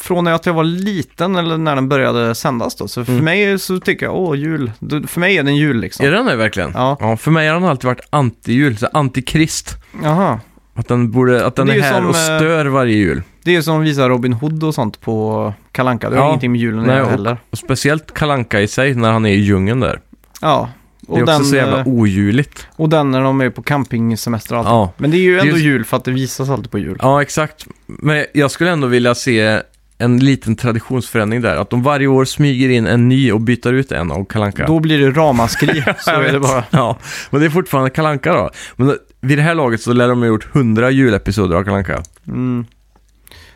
S1: från när jag- att jag var liten eller när den började sändas då. Så för
S2: Mm.
S1: mig så tycker jag, åh jul. Du- För mig är den jul liksom.
S2: Är den det verkligen?
S1: Ja.
S2: För mig har den alltid varit anti-jul, så antikrist.
S1: Jaha.
S2: Att den, borde, att den
S1: Det
S2: är,
S1: är ju
S2: här
S1: som,
S2: och
S1: eh,
S2: stör varje jul.
S1: Det är ju som visar Robin Hood och sånt på Kalle Anka. Det har
S2: Ja.
S1: ingenting med julen att
S2: Nej,
S1: göra heller.
S2: Och speciellt Kalanka i sig, när han är i djungeln där.
S1: Ja.
S2: Det är också så jävla
S1: eh,
S2: ojuligt.
S1: Och den när de är på campingsemester och allt.
S2: Ja.
S1: Men det är ju
S2: är
S1: ändå
S2: ju-
S1: jul för att det visas alltid på jul.
S2: ja, exakt. Men jag skulle ändå vilja se en liten traditionsförändring där. Att de varje år smyger in en ny och byter ut en av Kalanka.
S1: Då blir det ramaskri. så
S2: Jag
S1: är det
S2: vet.
S1: bara.
S2: Ja, men det är fortfarande Kalanka då. Men då- vid det här laget så lär de ha gjort 100 julepisoder av Kalanka.
S1: Mm.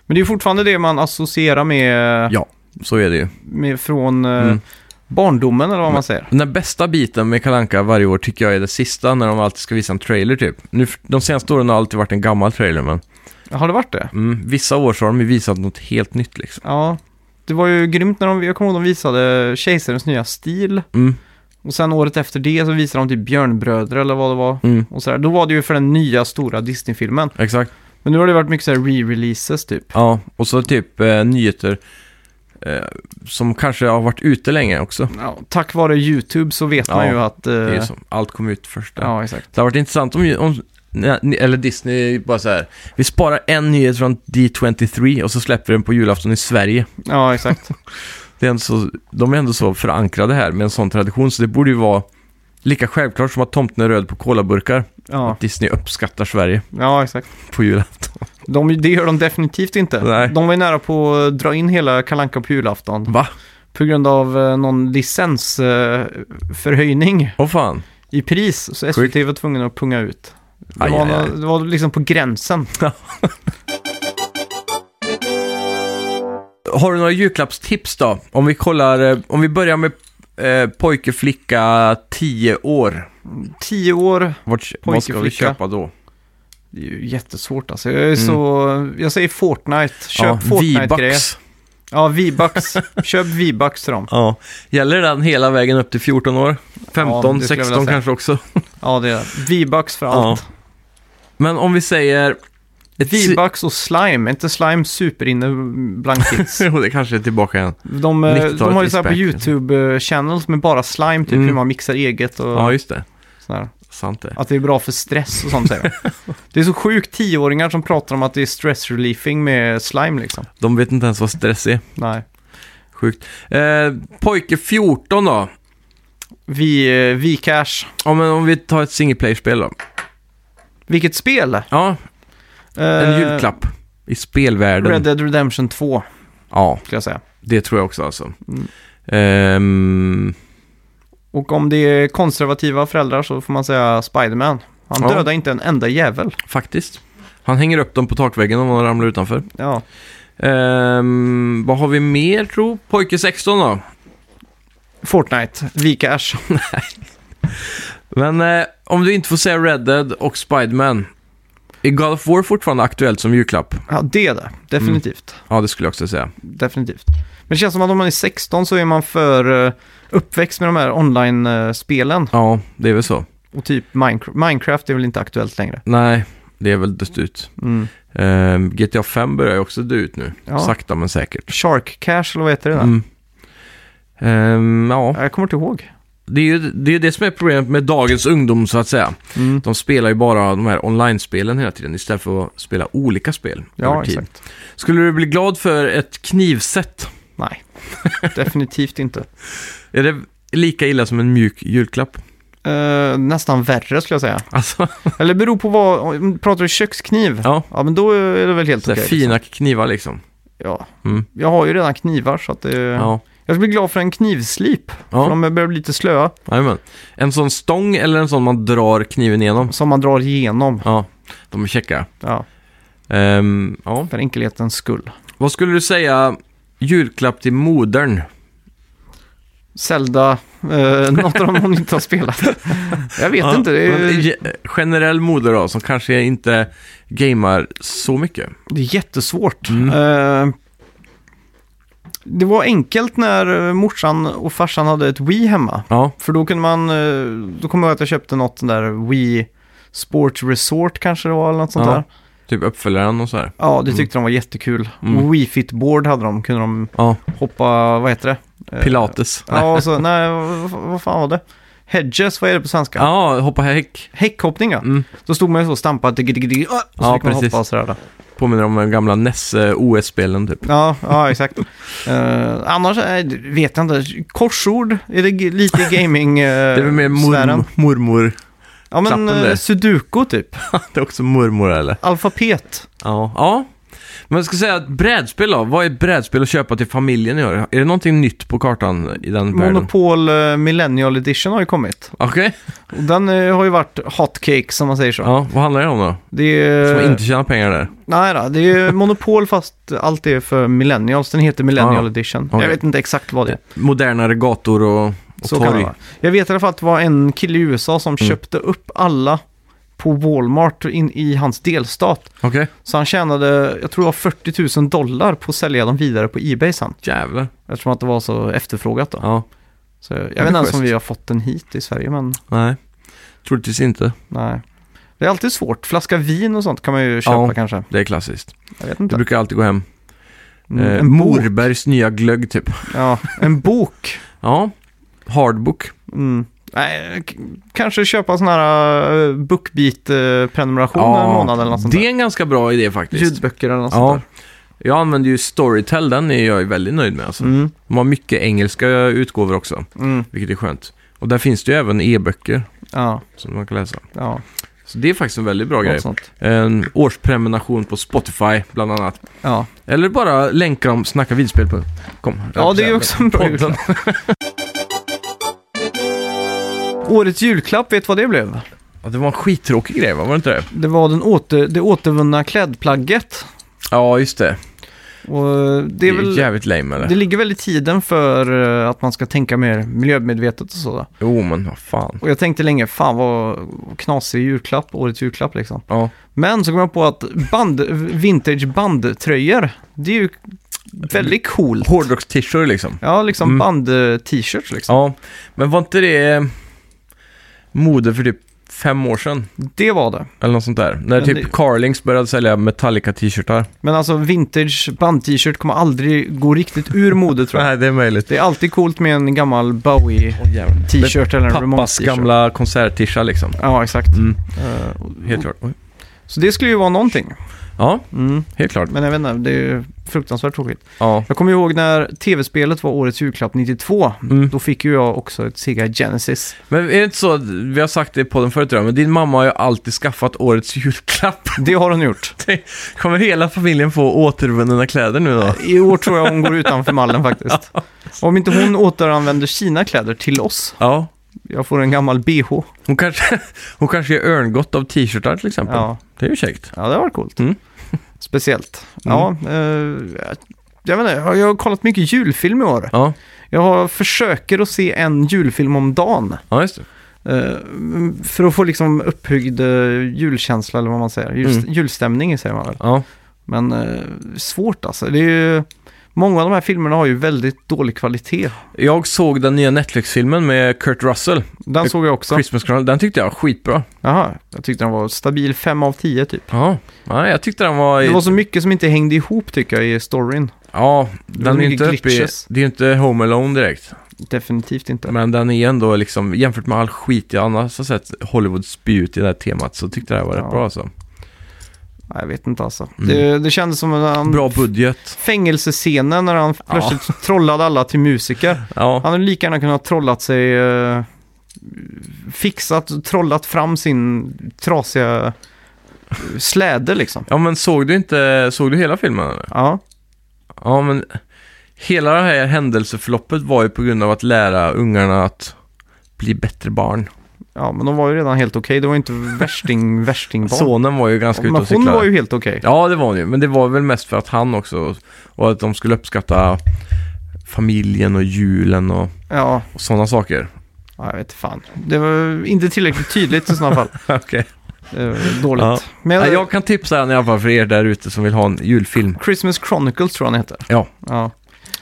S1: Men det är ju fortfarande det man associerar med,
S2: Ja. Så är det ju.
S1: med från eh,
S2: Mm.
S1: barndomen eller vad man säger.
S2: Den där bästa biten med Kalanka varje år tycker jag är det sista när de alltid ska visa en trailer typ. Nu, f- de senaste åren har alltid varit en gammal trailer men
S1: Har det varit det?
S2: mm, vissa år så har de ju visat något helt nytt liksom.
S1: Ja. Det var ju grymt när de, jag kommer ihåg de visade Kejsarens nya stil.
S2: Mm,
S1: Och sen året efter det så visade de typ Björnbröder eller vad det var.
S2: mm,
S1: Och sådär. Då var det ju för den nya stora Disney-filmen.
S2: exakt.
S1: Men nu har det varit mycket såhär re-releases typ.
S2: Ja, och så typ eh, nyheter eh, som kanske har varit ute länge också.
S1: Ja, tack vare YouTube så vet
S2: Ja,
S1: man ju att... eh,
S2: Det är ju så. Allt kom ut först där.
S1: ja, exakt.
S2: Det har varit intressant om, om ne- eller Disney bara så här. Vi sparar en nyhet från D23 och så släpper vi den på julafton i Sverige.
S1: Ja, exakt.
S2: Det är ändå så, de är ändå så förankrade här med en sån tradition, så det borde ju vara lika självklart som att tomten är röd på kolaburkar.
S1: Ja,
S2: Att Disney uppskattar Sverige
S1: ja exakt.
S2: på julafton.
S1: De, det gör de definitivt inte.
S2: Nej.
S1: De var ju nära på att dra in hela Kalle Anka på julafton.
S2: Va?
S1: På grund av eh, någon licensförhöjning
S2: Åh fan.
S1: i pris. Så SVT var tvungna att punga ut. Det,
S2: Aj,
S1: var,
S2: aj, aj.
S1: nå- det var liksom på gränsen.
S2: Har du några julklappstips då? Om vi kollar, eh, om vi börjar med eh, pojke, flicka, 10 år.
S1: Tio år,
S2: Vart, vad ska vi
S1: flicka.
S2: köpa då?
S1: det är ju jättesvårt alltså. Jag, är
S2: Mm.
S1: så, jag säger Fortnite. Köp Fortnite-grejer.
S2: V-bucks.
S1: Ja, V-bucks. Köp V-bucks till dem.
S2: Ja. Gäller den hela vägen upp till 14 år? 15,
S1: det skulle jag vilja
S2: 16
S1: säga.
S2: kanske också.
S1: Ja, det är det. V-bucks för
S2: Ja.
S1: allt.
S2: Men om vi säger... Ett
S1: V-bucks och slime. Är inte slime superinne bland kids?
S2: Jo, det kanske är tillbaka igen.
S1: De, eh,
S2: 90-talet
S1: de har ju så här på
S2: Respect, liksom.
S1: YouTube-channels med bara slime, typ
S2: Mm.
S1: hur man mixar eget och
S2: Ja, just det.
S1: sådär.
S2: Sant det.
S1: Att det är bra för stress och sånt säger de. Det är så sjukt tioåringar som pratar om att det är stress relieving med slime liksom.
S2: De vet inte ens vad stress är.
S1: Nej.
S2: Sjukt. Eh, pojke 14 då.
S1: Vi, eh, vi cash.
S2: Ja, men om vi tar ett single player-spel då.
S1: Vilket spel?
S2: Ja, en
S1: Eh,
S2: julklapp. I spelvärlden.
S1: Red Dead Redemption 2,
S2: Ja,
S1: skulle jag säga.
S2: det tror jag också alltså.
S1: Mm.
S2: Ehm,
S1: Och om det är konservativa föräldrar så får man säga Spiderman. Han
S2: Ja.
S1: dödar inte en enda jävel.
S2: faktiskt. Han hänger upp dem på takväggen om de ramlar utanför.
S1: Ja.
S2: Ehm, vad har vi mer tro? Pojke 16 då.
S1: Fortnite, V-cash.
S2: Men eh, om du inte får säga Red Dead och Spiderman. Är God of War fortfarande aktuellt som julklapp?
S1: Ja, det är det. Definitivt.
S2: Ja, det skulle jag också säga.
S1: Definitivt. Men det känns som att om man är 16 så är man för eh, uppväxt med de här online-spelen.
S2: Ja, det är väl så.
S1: Och typ Minecraft, Minecraft är väl inte aktuellt längre.
S2: Nej, det är väl dött ut.
S1: Mm.
S2: Ehm, GTA 5 börjar ju också dö ut nu.
S1: Ja.
S2: Sakta men säkert.
S1: Shark Cash eller vad heter det där?
S2: Mm. Ehm, ja,
S1: Ja, Jag kommer inte ihåg.
S2: det är ju det, är det som är problemet med dagens ungdom så att säga.
S1: Mm.
S2: De spelar ju bara de här online-spelen hela tiden istället för att spela olika spel
S1: Ja,
S2: över tid.
S1: exakt.
S2: Skulle du bli glad för ett knivset?
S1: Nej, definitivt inte.
S2: Är det lika illa som en mjuk julklapp?
S1: Eh, nästan värre skulle jag säga.
S2: Alltså,
S1: Eller beror på vad, om- pratar du kökskniv?
S2: ja.
S1: Ja, men då är det väl helt
S2: Så
S1: okej.
S2: här fina knivar liksom.
S1: Ja.
S2: Mm.
S1: Jag har ju redan knivar så att det...
S2: Ja,
S1: Jag skulle bli glad för en knivslip.
S2: Ja.
S1: För de börjar bli lite slöa.
S2: jajamän. En sån stång eller en sån man drar kniven igenom?
S1: Som man drar igenom.
S2: Ja, de är käcka.
S1: Ja,
S2: Ehm, ja.
S1: för enkelhetens skull.
S2: Vad skulle du säga julklapp till modern?
S1: Zelda, eh, något av dem hon inte har spelat. Jag vet
S2: Ja,
S1: inte. Det
S2: men
S1: är,
S2: ge- Generell moder då, som kanske inte gamar så mycket.
S1: det är jättesvårt.
S2: Mm.
S1: Eh, det var enkelt när eh, morsan och farsan hade ett Wii hemma.
S2: Ja,
S1: För då kunde man, eh, då kommer jag ihåg att jag köpte något den där Wii Sport Resort kanske det var eller något sånt
S2: Ja.
S1: där.
S2: typ uppföljaren och så här.
S1: Ja, det tyckte de var jättekul.
S2: Mm.
S1: Wii Fit Board hade de, kunde de
S2: Ja,
S1: hoppa, vad heter det? Eh,
S2: pilates.
S1: Ja, och så, nej, vad, vad fan var det? Hedges, vad är det på svenska?
S2: Ja, hoppa häck.
S1: Häckhoppning ja.
S2: Mm.
S1: Då stod man ju så och stampade, digg, digg, digg, och så
S2: Ja,
S1: fick man
S2: precis.
S1: hoppa och sådär. Då.
S2: Påminner om de gamla NES eh, OS-spelen typ.
S1: Ja, ja exakt. Eh, annars eh, vet jag inte, korsord, är det g- lite gaming uh,
S2: Det är väl mer mormor, mormor.
S1: Ja men
S2: klappen
S1: eh,
S2: där.
S1: sudoku typ,
S2: Det är också mormor eller?
S1: alfabet.
S2: Ja. ja. Men jag ska säga att brädspel då? Vad är brädspel att köpa till familjen i år? Är det någonting nytt på kartan i den världen?
S1: Monopol eh, Millennial Edition har ju kommit.
S2: Okej.
S1: Och den eh, har ju varit hotcake som man säger så.
S2: Ja, vad handlar det om då?
S1: Det är,
S2: Som inte tjänar pengar där?
S1: Nej då, det är Monopol fast allt är för Millennials. Den heter Millennial
S2: Ah.
S1: Edition.
S2: Okej.
S1: Jag vet inte exakt vad det är.
S2: Modernare gator och, och Mm.
S1: Så kan det
S2: torg.
S1: vara. Jag vet i alla fall att det var en kille i USA som köpte upp alla på Walmart in, i hans delstat.
S2: Okej.
S1: Så han tjänade, jag tror det var 40 000 dollar på att sälja dem vidare på Ebay sen.
S2: Jävlar.
S1: Eftersom att det var så efterfrågat då.
S2: Ja.
S1: Så jag vet inte
S2: är
S1: ens om
S2: schysst.
S1: vi har fått den hit i Sverige, men
S2: Nej. Troligtvis inte.
S1: nej. Det är alltid svårt. Flaska vin och sånt kan man ju köpa
S2: Ja.
S1: kanske.
S2: Det är klassiskt.
S1: Jag vet
S2: Du
S1: inte.
S2: brukar alltid gå hem.
S1: Mm,
S2: eh,
S1: en, bok,
S2: Morbergs nya glögg typ.
S1: ja, en bok.
S2: Ja. Hardbook.
S1: Mm. Nej, k- kanske köpa sån här uh, BookBeat-prenumeration en månad eller något sånt
S2: det är
S1: där.
S2: en ganska bra idé faktiskt.
S1: Ljudböcker eller något
S2: Ja.
S1: sånt
S2: Jag använder ju Storytel, den är jag väldigt nöjd med. Alltså.
S1: där. Mm,
S2: De har mycket engelska utgåvor också,
S1: mm,
S2: vilket är skönt. Och där finns det ju även e-böcker
S1: ja,
S2: som man kan läsa.
S1: ja,
S2: Så det är faktiskt en väldigt bra grej.
S1: något sånt.
S2: En årsprenumeration på Spotify, bland annat.
S1: Ja.
S2: Eller bara länka om Snacka vidspel på... Kom.
S1: ja, det är ju också en bra
S2: Podden.
S1: julklapp. Årets julklapp, vet du vad det blev?
S2: Ja, det var en skittråkig grej, va? var det inte det?
S1: Det var den åter, det återvunna klädplagget.
S2: Ja, just det.
S1: Och eh, det,
S2: Det
S1: är
S2: är
S1: väl,
S2: jävligt lame, eller?
S1: det ligger väl i tiden för eh, att man ska tänka mer miljömedvetet och sådär.
S2: Jo, men vad fan.
S1: Och jag tänkte länge, fan vad knasig julklapp, årets julklapp liksom.
S2: Ja.
S1: Men så kom jag på att band, vintage bandtröjor, det är ju väldigt coolt.
S2: Hårdrocks-t-shirts, liksom.
S1: Ja, liksom
S2: Mm.
S1: band-t-shirts liksom.
S2: Ja, men var inte det eh, mode för typ fem år sedan?
S1: Det var det.
S2: Eller något sånt där. När
S1: Men
S2: typ
S1: det-
S2: Carlings började sälja Metallica-t-shirtar.
S1: Men alltså vintage band-t-shirt kommer aldrig gå riktigt ur mode tror jag.
S2: Nej, det är möjligt.
S1: Det är alltid coolt med en gammal Bowie-t-shirt eller en
S2: Pappas
S1: Ramones-t-shirt.
S2: gamla konsert-t-shirt liksom.
S1: Ja, exakt.
S2: Mm.
S1: Eh, och-
S2: Helt klart. Oj.
S1: Så det skulle ju vara någonting.
S2: Ja,
S1: Mm.
S2: helt klart.
S1: Men jag vet inte, det är ju fruktansvärt tråkigt.
S2: Ja.
S1: Jag kommer ihåg när tv-spelet var årets julklapp 92.
S2: Mm.
S1: Då fick ju jag också ett Sega Genesis.
S2: Men är det inte så, att- vi har sagt det på den förut tror jag, men din mamma har ju alltid skaffat årets julklapp.
S1: Det har hon gjort.
S2: Tänk, Kommer hela familjen få återvunna kläder nu då?
S1: I år tror jag hon går utanför mallen faktiskt. Om inte hon återanvänder sina kläder till oss.
S2: Ja.
S1: Jag får en gammal bh.
S2: Hon kanske, hon kanske gör örngott av t-shirtar till exempel.
S1: Ja,
S2: Det är ju käckt.
S1: ja det var coolt.
S2: Mm.
S1: Speciellt. Ja, eh, jag vet inte, jag har- jag har kollat mycket julfilm i år.
S2: Ja,
S1: Jag har, försöker att se en julfilm om dagen.
S2: ja just det.
S1: Eh, för att få liksom uppbyggd eh, julkänsla eller vad man säger. Jul,
S2: Mm.
S1: Julstämning säger man väl.
S2: Ja.
S1: Men eh, svårt alltså. Det är ju, många av de här filmerna har ju väldigt dålig kvalitet.
S2: Jag såg den nya Netflix-filmen med Kurt Russell,
S1: Den såg jag också.
S2: Christmas Carol. Den tyckte jag var skitbra.
S1: Jaha, jag tyckte den var stabil 5 av 10 typ.
S2: Ja, ja jag tyckte den var...
S1: Det var så mycket som inte hängde ihop tycker jag i storyn.
S2: Ja,
S1: var
S2: den är ju
S1: mycket
S2: inte uppe i...
S1: glitches.
S2: Det är ju inte Home Alone direkt.
S1: Definitivt inte.
S2: Men den är ändå liksom, jämfört med all skit jag annars har sett Hollywood spy ut i det här temat så tyckte jag det här var
S1: Ja. Mm.
S2: rätt bra alltså.
S1: Nej, jag vet inte alltså. Det, det kändes som en
S2: Mm. Bra budget.
S1: fängelsescenen när han plötsligt trollade alla till musiker.
S2: Ja.
S1: Han hade lika gärna kunnat trollat sig, eh, fixat, trollat fram sin trasiga eh, släde liksom.
S2: Ja men såg du inte, såg du hela filmen eller?
S1: Ja,
S2: Ja men hela det här händelseförloppet var ju på grund av att lära ungarna att bli bättre barn.
S1: ja men de var ju redan helt okej. Det var ju inte värsting, värstingbarn.
S2: Sonen var ju ganska
S1: men
S2: ute och
S1: hon
S2: cyklade.
S1: var ju helt okej.
S2: Ja det var hon ju, men det var väl mest för att han också och att de skulle uppskatta familjen och julen och,
S1: Ja.
S2: och sådana saker.
S1: ja, jag vet fan. Det var inte tillräckligt tydligt i sådana fall.
S2: Okej.
S1: Det var dåligt.
S2: Ja.
S1: Men eh,
S2: Nej, jag kan tipsa den i alla fall för er där ute som vill ha en julfilm.
S1: Christmas Chronicles tror jag den heter.
S2: Ja.
S1: ja.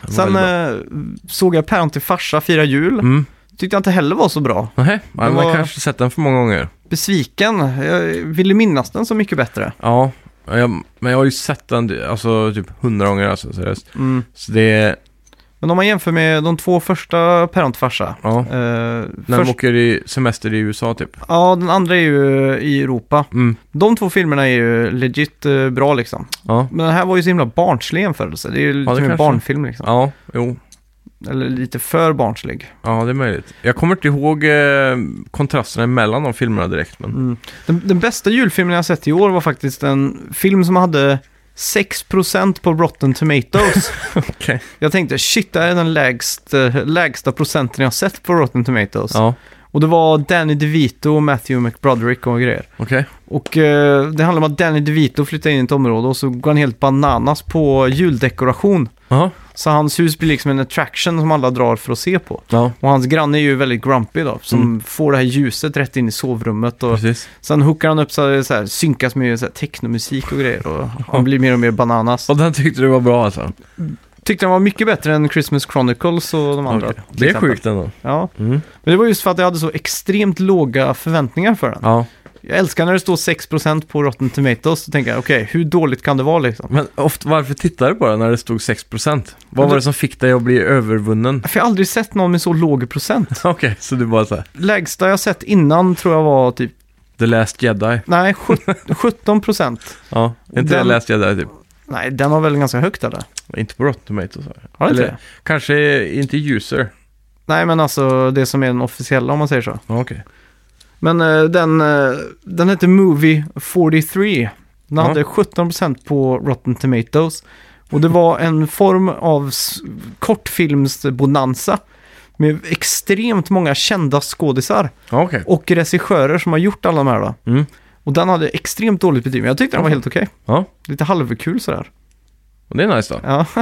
S2: Den var
S1: Sen
S2: väldigt bra.
S1: eh, såg jag Päron till farsa fira jul.
S2: Mm.
S1: Tyckte jag inte heller var så bra.
S2: Nej, man
S1: var-
S2: har kanske sett den för många gånger.
S1: Besviken. Jag ville minnas den så mycket bättre.
S2: Ja, men jag, men jag har ju sett den alltså, typ hundra gånger alltså, seriöst.
S1: Mm.
S2: Så det,
S1: Men om man jämför med de två första Päron till farsa.
S2: ja.
S1: Eh,
S2: När de
S1: först,
S2: åker i semester i USA typ.
S1: ja, den andra är ju i Europa.
S2: Mm.
S1: De två filmerna är ju legit eh, bra liksom.
S2: Ja.
S1: Men den här var ju så himla barnslig jämförelse. Det är ju lite
S2: det
S1: som en
S2: kanske.
S1: barnfilm liksom.
S2: ja, jo.
S1: Eller lite för barnslig.
S2: Ja, det är möjligt. Jag kommer inte ihåg eh, kontrasterna mellan de filmerna direkt, men...
S1: Mm. Den, den bästa julfilmen jag sett i år var faktiskt en film som hade 6% på Rotten Tomatoes.
S2: Okej.
S1: jag tänkte shit, det här är den lägsta, lägsta procenten jag sett på Rotten Tomatoes.
S2: Ja,
S1: Och det var Danny DeVito och Matthew McBroderick och grejer.
S2: okej.
S1: Och eh, det handlar om att Danny DeVito flyttar in i ett område och så går han helt bananas på juldekoration.
S2: Ja.
S1: Så hans hus blir liksom en attraction som alla drar för att se på.
S2: ja,
S1: Och hans granne är ju väldigt grumpy då, som
S2: Mm.
S1: får det här ljuset rätt in i sovrummet. Och
S2: precis.
S1: sen hookar han upp så så här, synkas med så här, technomusik och grejer och han blir mer och mer bananas.
S2: Och den tyckte du var bra alltså?
S1: Tyckte han var mycket bättre än Christmas Chronicles och de andra.
S2: Okej.
S1: till
S2: Det är
S1: exempel.
S2: sjukt ändå.
S1: Ja,
S2: Mm.
S1: men det var just för att jag hade så extremt låga förväntningar för den.
S2: Ja.
S1: Jag älskar när det står 6% på Rotten Tomatoes, då tänker jag okej, hur dåligt kan det vara liksom?
S2: Men ofta, varför tittade du på den när det stod 6%?
S1: Men
S2: Vad var
S1: det-
S2: det som fick dig att bli övervunnen?
S1: För jag har aldrig sett någon med så låg procent.
S2: Okej, så du bara såhär,
S1: Lägsta jag sett innan tror jag var typ,
S2: The Last Jedi.
S1: nej, sjut- 17 procent.
S2: Ja, är inte
S1: Den-
S2: The Last Jedi typ.
S1: Nej, den var väl ganska högt eller?
S2: Inte på Rotten Tomatoes. va?
S1: Har den inte
S2: Eller-
S1: det?
S2: Kanske inte user.
S1: Nej, men alltså det som är den officiella om man säger så.
S2: Okej.
S1: Men eh, den, eh, den heter Movie 43. Den
S2: Ja.
S1: hade 17% på Rotten Tomatoes. Och det var en form av s- kortfilmsbonanza. Med extremt många kända skådisar
S2: Ja, Okej.
S1: och regissörer som har gjort alla de här då.
S2: Mm.
S1: Och den hade extremt dåligt betyg, men jag tyckte den var helt okej.
S2: Ja,
S1: Lite halvkul sådär.
S2: och det är nice då.
S1: Ja.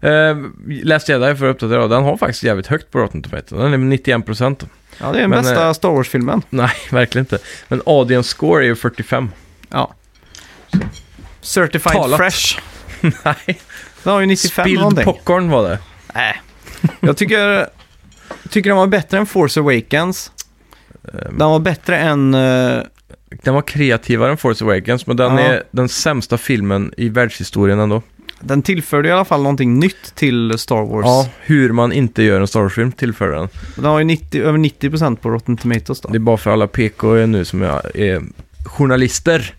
S2: Eh, Last Jedi för att uppdatera, den har faktiskt jävligt högt på Rotten Tomatoes. Den är 91%.
S1: ja, det är den
S2: Men, eh,
S1: bästa Star Wars-filmen.
S2: Nej, verkligen inte. Men audience score är ju 45.
S1: Ja. Certified
S2: Talat.
S1: Fresh.
S2: Nej,
S1: Den har ju 95
S2: spilled
S1: någonting.
S2: popcorn var det.
S1: Nej. Jag tycker, tycker den var bättre än Force Awakens.
S2: Ehm.
S1: Den var bättre än... eh,
S2: Den var kreativare än Force Awakens, men den
S1: Ja.
S2: är den sämsta filmen i världshistorien ändå.
S1: den tillförde i alla fall någonting nytt till Star Wars.
S2: Ja, hur man inte gör en Star Wars-film tillför den.
S1: Den har ju 90, över 90% på Rotten Tomatoes då.
S2: Det är bara för alla PK är nu som jag är journalister.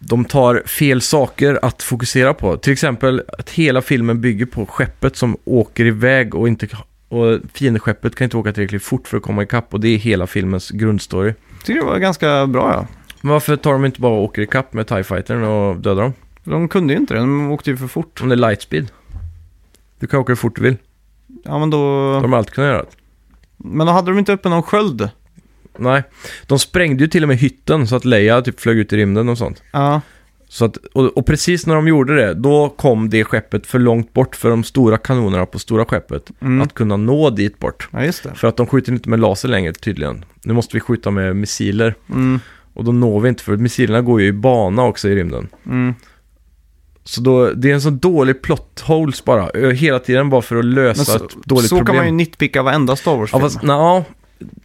S2: De tar fel saker att fokusera på. Till exempel att hela filmen bygger på skeppet som åker iväg och inte och fiendeskeppet kan inte åka tillräckligt fort för att komma ikapp och det är hela filmens grundstory.
S1: tycker det var ganska bra ja.
S2: Men varför tar de inte bara och åker ikapp med TIE Fightern och dödar dem?
S1: De kunde ju inte det, de åkte ju för fort.
S2: Om det är lightspeed. Du kan åka hur fort du vill.
S1: Ja men då...
S2: De har de alltid kunnat göra. det.
S1: Men då hade de inte uppe någon sköld.
S2: Nej, de sprängde ju till och med hytten så att Leia typ flög ut i rymden och sånt.
S1: Ja.
S2: Så att, och, och precis när de gjorde det, då kom det skeppet för långt bort för de stora kanonerna på stora skeppet.
S1: Mm.
S2: Att kunna nå dit bort.
S1: Ja, just det.
S2: För att de skjuter inte med laser längre tydligen. Nu måste vi skjuta med missiler.
S1: Mm,
S2: Och då når vi inte, för missilerna går ju i bana också i rymden.
S1: mm.
S2: Så då, det är en sån dålig plot holes bara, ö, hela tiden bara för att lösa
S1: Men så,
S2: ett dåligt
S1: så
S2: problem.
S1: kan man ju nitpicka varenda Star
S2: ja,
S1: Wars-film.
S2: fast, na,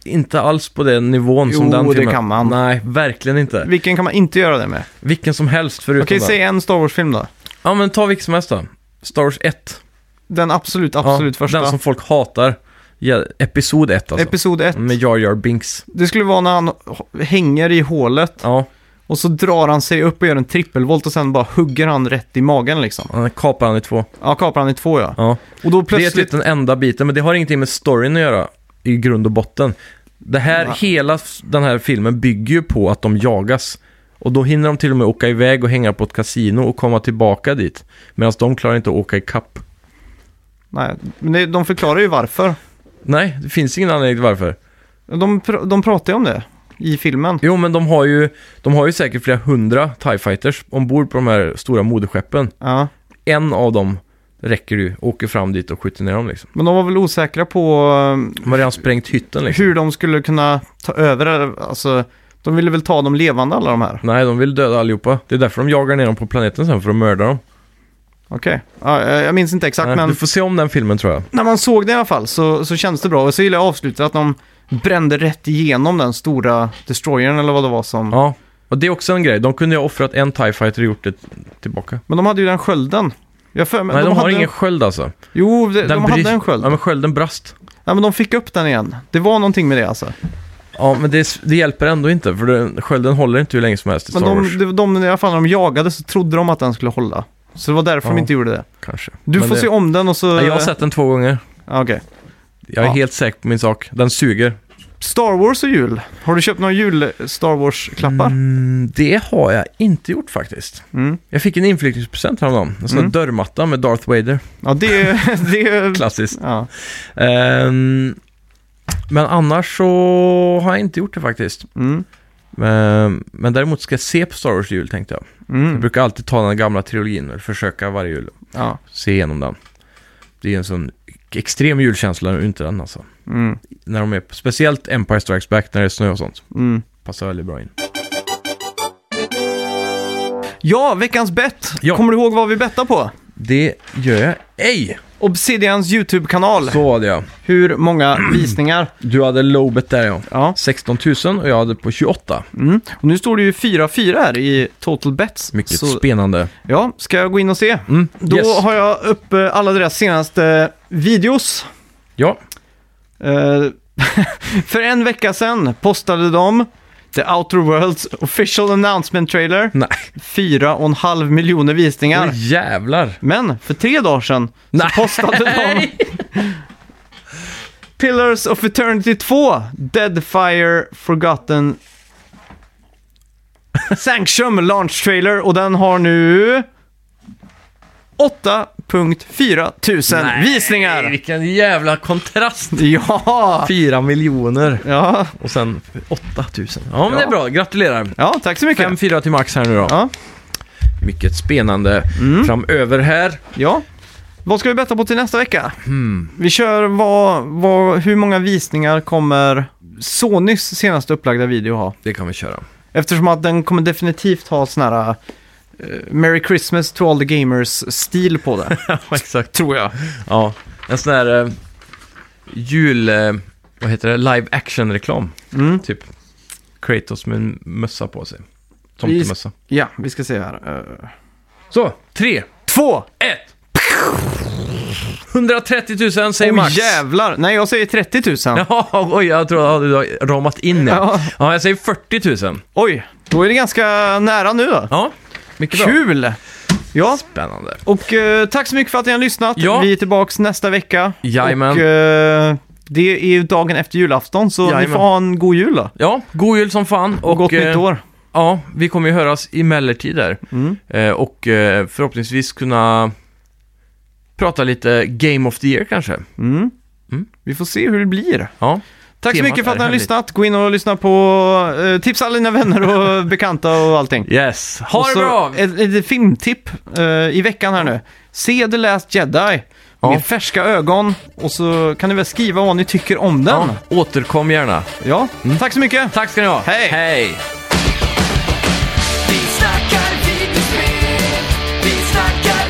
S2: inte alls på den nivån som
S1: Jo,
S2: den
S1: det
S2: filmen.
S1: kan man.
S2: Nej, verkligen inte.
S1: Vilken kan man inte göra det med?
S2: Vilken som helst förutom
S1: Okej,
S2: den.
S1: säg en Star Wars-film då.
S2: Ja, men ta vilken som helst då. Star Wars 1.
S1: Den absolut,
S2: Ja,
S1: absolut första.
S2: Den som folk hatar. Ja, episod 1 alltså.
S1: Episod 1.
S2: Med Jar Jar Binks.
S1: Det skulle vara när han h- hänger i hålet
S2: Ja,
S1: och så drar han sig upp och gör en trippelvolt och sen bara hugger han rätt i magen liksom.
S2: han kapar han i två.
S1: Ja, kapar han i två ja.
S2: Ja.
S1: Och då
S2: Det är
S1: plötsligt...
S2: typ den enda biten, men det har ingenting med storyn att göra i grund och botten. Det här,
S1: Nej.
S2: hela f- den här filmen bygger ju på att de jagas. Och då hinner de till och med åka iväg och hänga på ett kasino och komma tillbaka dit. Medan de klarar inte att åka ikapp.
S1: Nej, men det, de förklarar ju varför.
S2: Nej, det finns ingen anledning till varför.
S1: De, pr- de pratar ju om det i filmen.
S2: Jo, men de har ju, de har ju säkert flera hundra TIE fighters ombord på de här stora moderskeppen.
S1: Ja.
S2: En av dem räcker ju, åker fram dit och skjuter ner dem liksom.
S1: Men de var väl osäkra på
S2: De har redan sprängt hytten
S1: eh,
S2: liksom.
S1: hur de skulle kunna ta över det. Alltså, de ville väl ta dem levande alla de här.
S2: Nej, de vill döda allihopa. Det är därför de jagar ner dem på planeten sen, för att mörda dem.
S1: Okej. Ja, eh, jag minns inte exakt,
S2: Nej,
S1: men Mm.
S2: Du får se om den filmen tror jag.
S1: när man såg det i alla fall så, så kändes det bra. Och så gillar jag avslutet att de brände rätt igenom den stora destroyern eller vad det var som...
S2: Ja, och det är också en grej. De kunde ju ha offrat en TIE Fighter och gjort det tillbaka.
S1: Men de hade ju den skölden. Jag för, men
S2: Nej, de, har
S1: hade...
S2: ingen sköld alltså.
S1: Jo, de, de
S2: bry-
S1: hade en sköld.
S2: Ja,
S1: Ja,
S2: men skölden brast.
S1: men de fick upp den igen. Det var någonting med det alltså.
S2: Ja, men det, det hjälper ändå inte, för den, skölden håller inte hur länge som helst i
S1: Men
S2: Star Wars.
S1: de, de, de, i alla fall när de jagade så trodde de att den skulle hålla. Så det var därför
S2: Ja.
S1: de inte gjorde det.
S2: Kanske.
S1: Du
S2: men
S1: får
S2: det,
S1: se om den och så...
S2: Ja, jag har sett den två gånger.
S1: Ja, okej.
S2: Jag är
S1: Eh. Ja.
S2: helt säker på min sak. Den suger.
S1: Star Wars och jul. Har du köpt några jul-Star Wars-klappar?
S2: Mm, det har jag inte gjort faktiskt.
S1: Mm.
S2: Jag fick en inflyttningspresent häromdagen. En sån
S1: Mm.
S2: mm. dörrmatta med Darth Vader.
S1: Ja, det är... det är
S2: Klassiskt.
S1: ja.
S2: Ehm, men annars så har jag inte gjort det faktiskt.
S1: Mm.
S2: Men, men däremot ska jag se på Star Wars i jul tänkte jag. Jag
S1: Mm.
S2: brukar alltid ta den gamla trilogin och försöka varje jul
S1: Ja.
S2: se igenom den. Det är en sån extrem julkänsla inte den alltså.
S1: Mm.
S2: När de är, speciellt Empire Strikes Back när det är snö och sånt.
S1: Mm.
S2: Passar väldigt bra in.
S1: Ja, veckans bett.
S2: Ja.
S1: Kommer du ihåg vad vi bettade på?
S2: Det gör jag ej!
S1: Obsidians YouTube-kanal.
S2: Så var det ja.
S1: Hur många visningar?
S2: Du hade lowbet där ja.
S1: Ja.
S2: 16 000 och jag hade på 28.
S1: Mm. Och nu står det ju 4-4 här i Total Bets.
S2: Mycket
S1: Så,
S2: spännande.
S1: ja, ska jag gå in och se?
S2: Mm.
S1: Då
S2: yes.
S1: har jag uppe alla deras senaste videos.
S2: Ja,
S1: Eh, för en vecka sedan postade de The Outer Worlds official announcement trailer.
S2: nej.
S1: Fyra och en halv miljoner visningar.
S2: Åh jävlar.
S1: Men för tre dagar sedan
S2: Nej.
S1: så postade de Pillars of Eternity 2, Deadfire Forgotten Sanctum launch trailer och den har nu 8.4 tusen
S2: Nej,
S1: visningar.
S2: Vilken jävla kontrast.
S1: Ja,
S2: 4 miljoner
S1: ja,
S2: och sen 8 000. Ja, men det
S1: Ja.
S2: är bra. Gratulerar.
S1: ja, tack så mycket.
S2: 5-4 till max här nu då.
S1: Ja, Mm.
S2: Mycket spännande framöver här.
S1: ja. Vad ska vi betta på till nästa vecka?
S2: Hmm.
S1: Vi kör vad, vad, hur många visningar kommer Sonys senaste upplagda video ha?
S2: Det kan vi köra.
S1: Eftersom att den kommer definitivt ha sån här eh, Merry Christmas to all the gamers-stil på det.
S2: Exakt.
S1: tror jag.
S2: Ja, en sån här eh, jul... Eh, vad heter det? Live action-reklam.
S1: Mm.
S2: Typ Kratos med en mössa på sig.
S1: Vi-
S2: Tomtemössa.
S1: Ja, vi ska se här. Eh,
S2: Så, 3, 1.
S1: Två!
S2: 130 000 säger
S1: Åh,
S2: Max.
S1: jävlar! Nej, jag säger 30 000.
S2: Ja, oj, jag tror jag hade ramat in det.
S1: Ja.
S2: Ja. ja, jag säger 40 000.
S1: Oj, då är det ganska nära nu då.
S2: Ja, mycket bra.
S1: Kul! Ja,
S2: Spännande.
S1: och eh, tack så mycket för att ni har lyssnat.
S2: Ja.
S1: Vi är tillbaka nästa vecka.
S2: Jajamän.
S1: Och, eh, det är ju dagen efter julafton, så ni
S2: Jajamän.
S1: får ha en god jul då.
S2: Ja, god jul som fan.
S1: Och, gott
S2: eh,
S1: nytt år.
S2: Ja, vi kommer ju höras emellertid där.
S1: Mm.
S2: Eh, och eh, förhoppningsvis kunna prata lite Game of the Year kanske.
S1: Mm.
S2: Mm.
S1: Vi får se hur det blir.
S2: Ja,
S1: Tack så
S2: temat
S1: mycket för
S2: är
S1: att ni har
S2: hemligt.
S1: lyssnat. Gå in och lyssna på, eh, tipsa alla dina vänner och bekanta och allting.
S2: Yes, ha
S1: Och
S2: det
S1: så
S2: bra!
S1: Ett litet filmtipp eh, i veckan här nu. Se The Last Jedi
S2: Ja.
S1: med färska ögon och så kan ni väl skriva vad ni tycker om den.
S2: Ja, Mm.
S1: Ja,
S2: återkom gärna.
S1: tack så mycket.
S2: Tack ska ni ha.
S1: Hej.
S2: Hej.
S3: Vi snackar videospel, vi snackar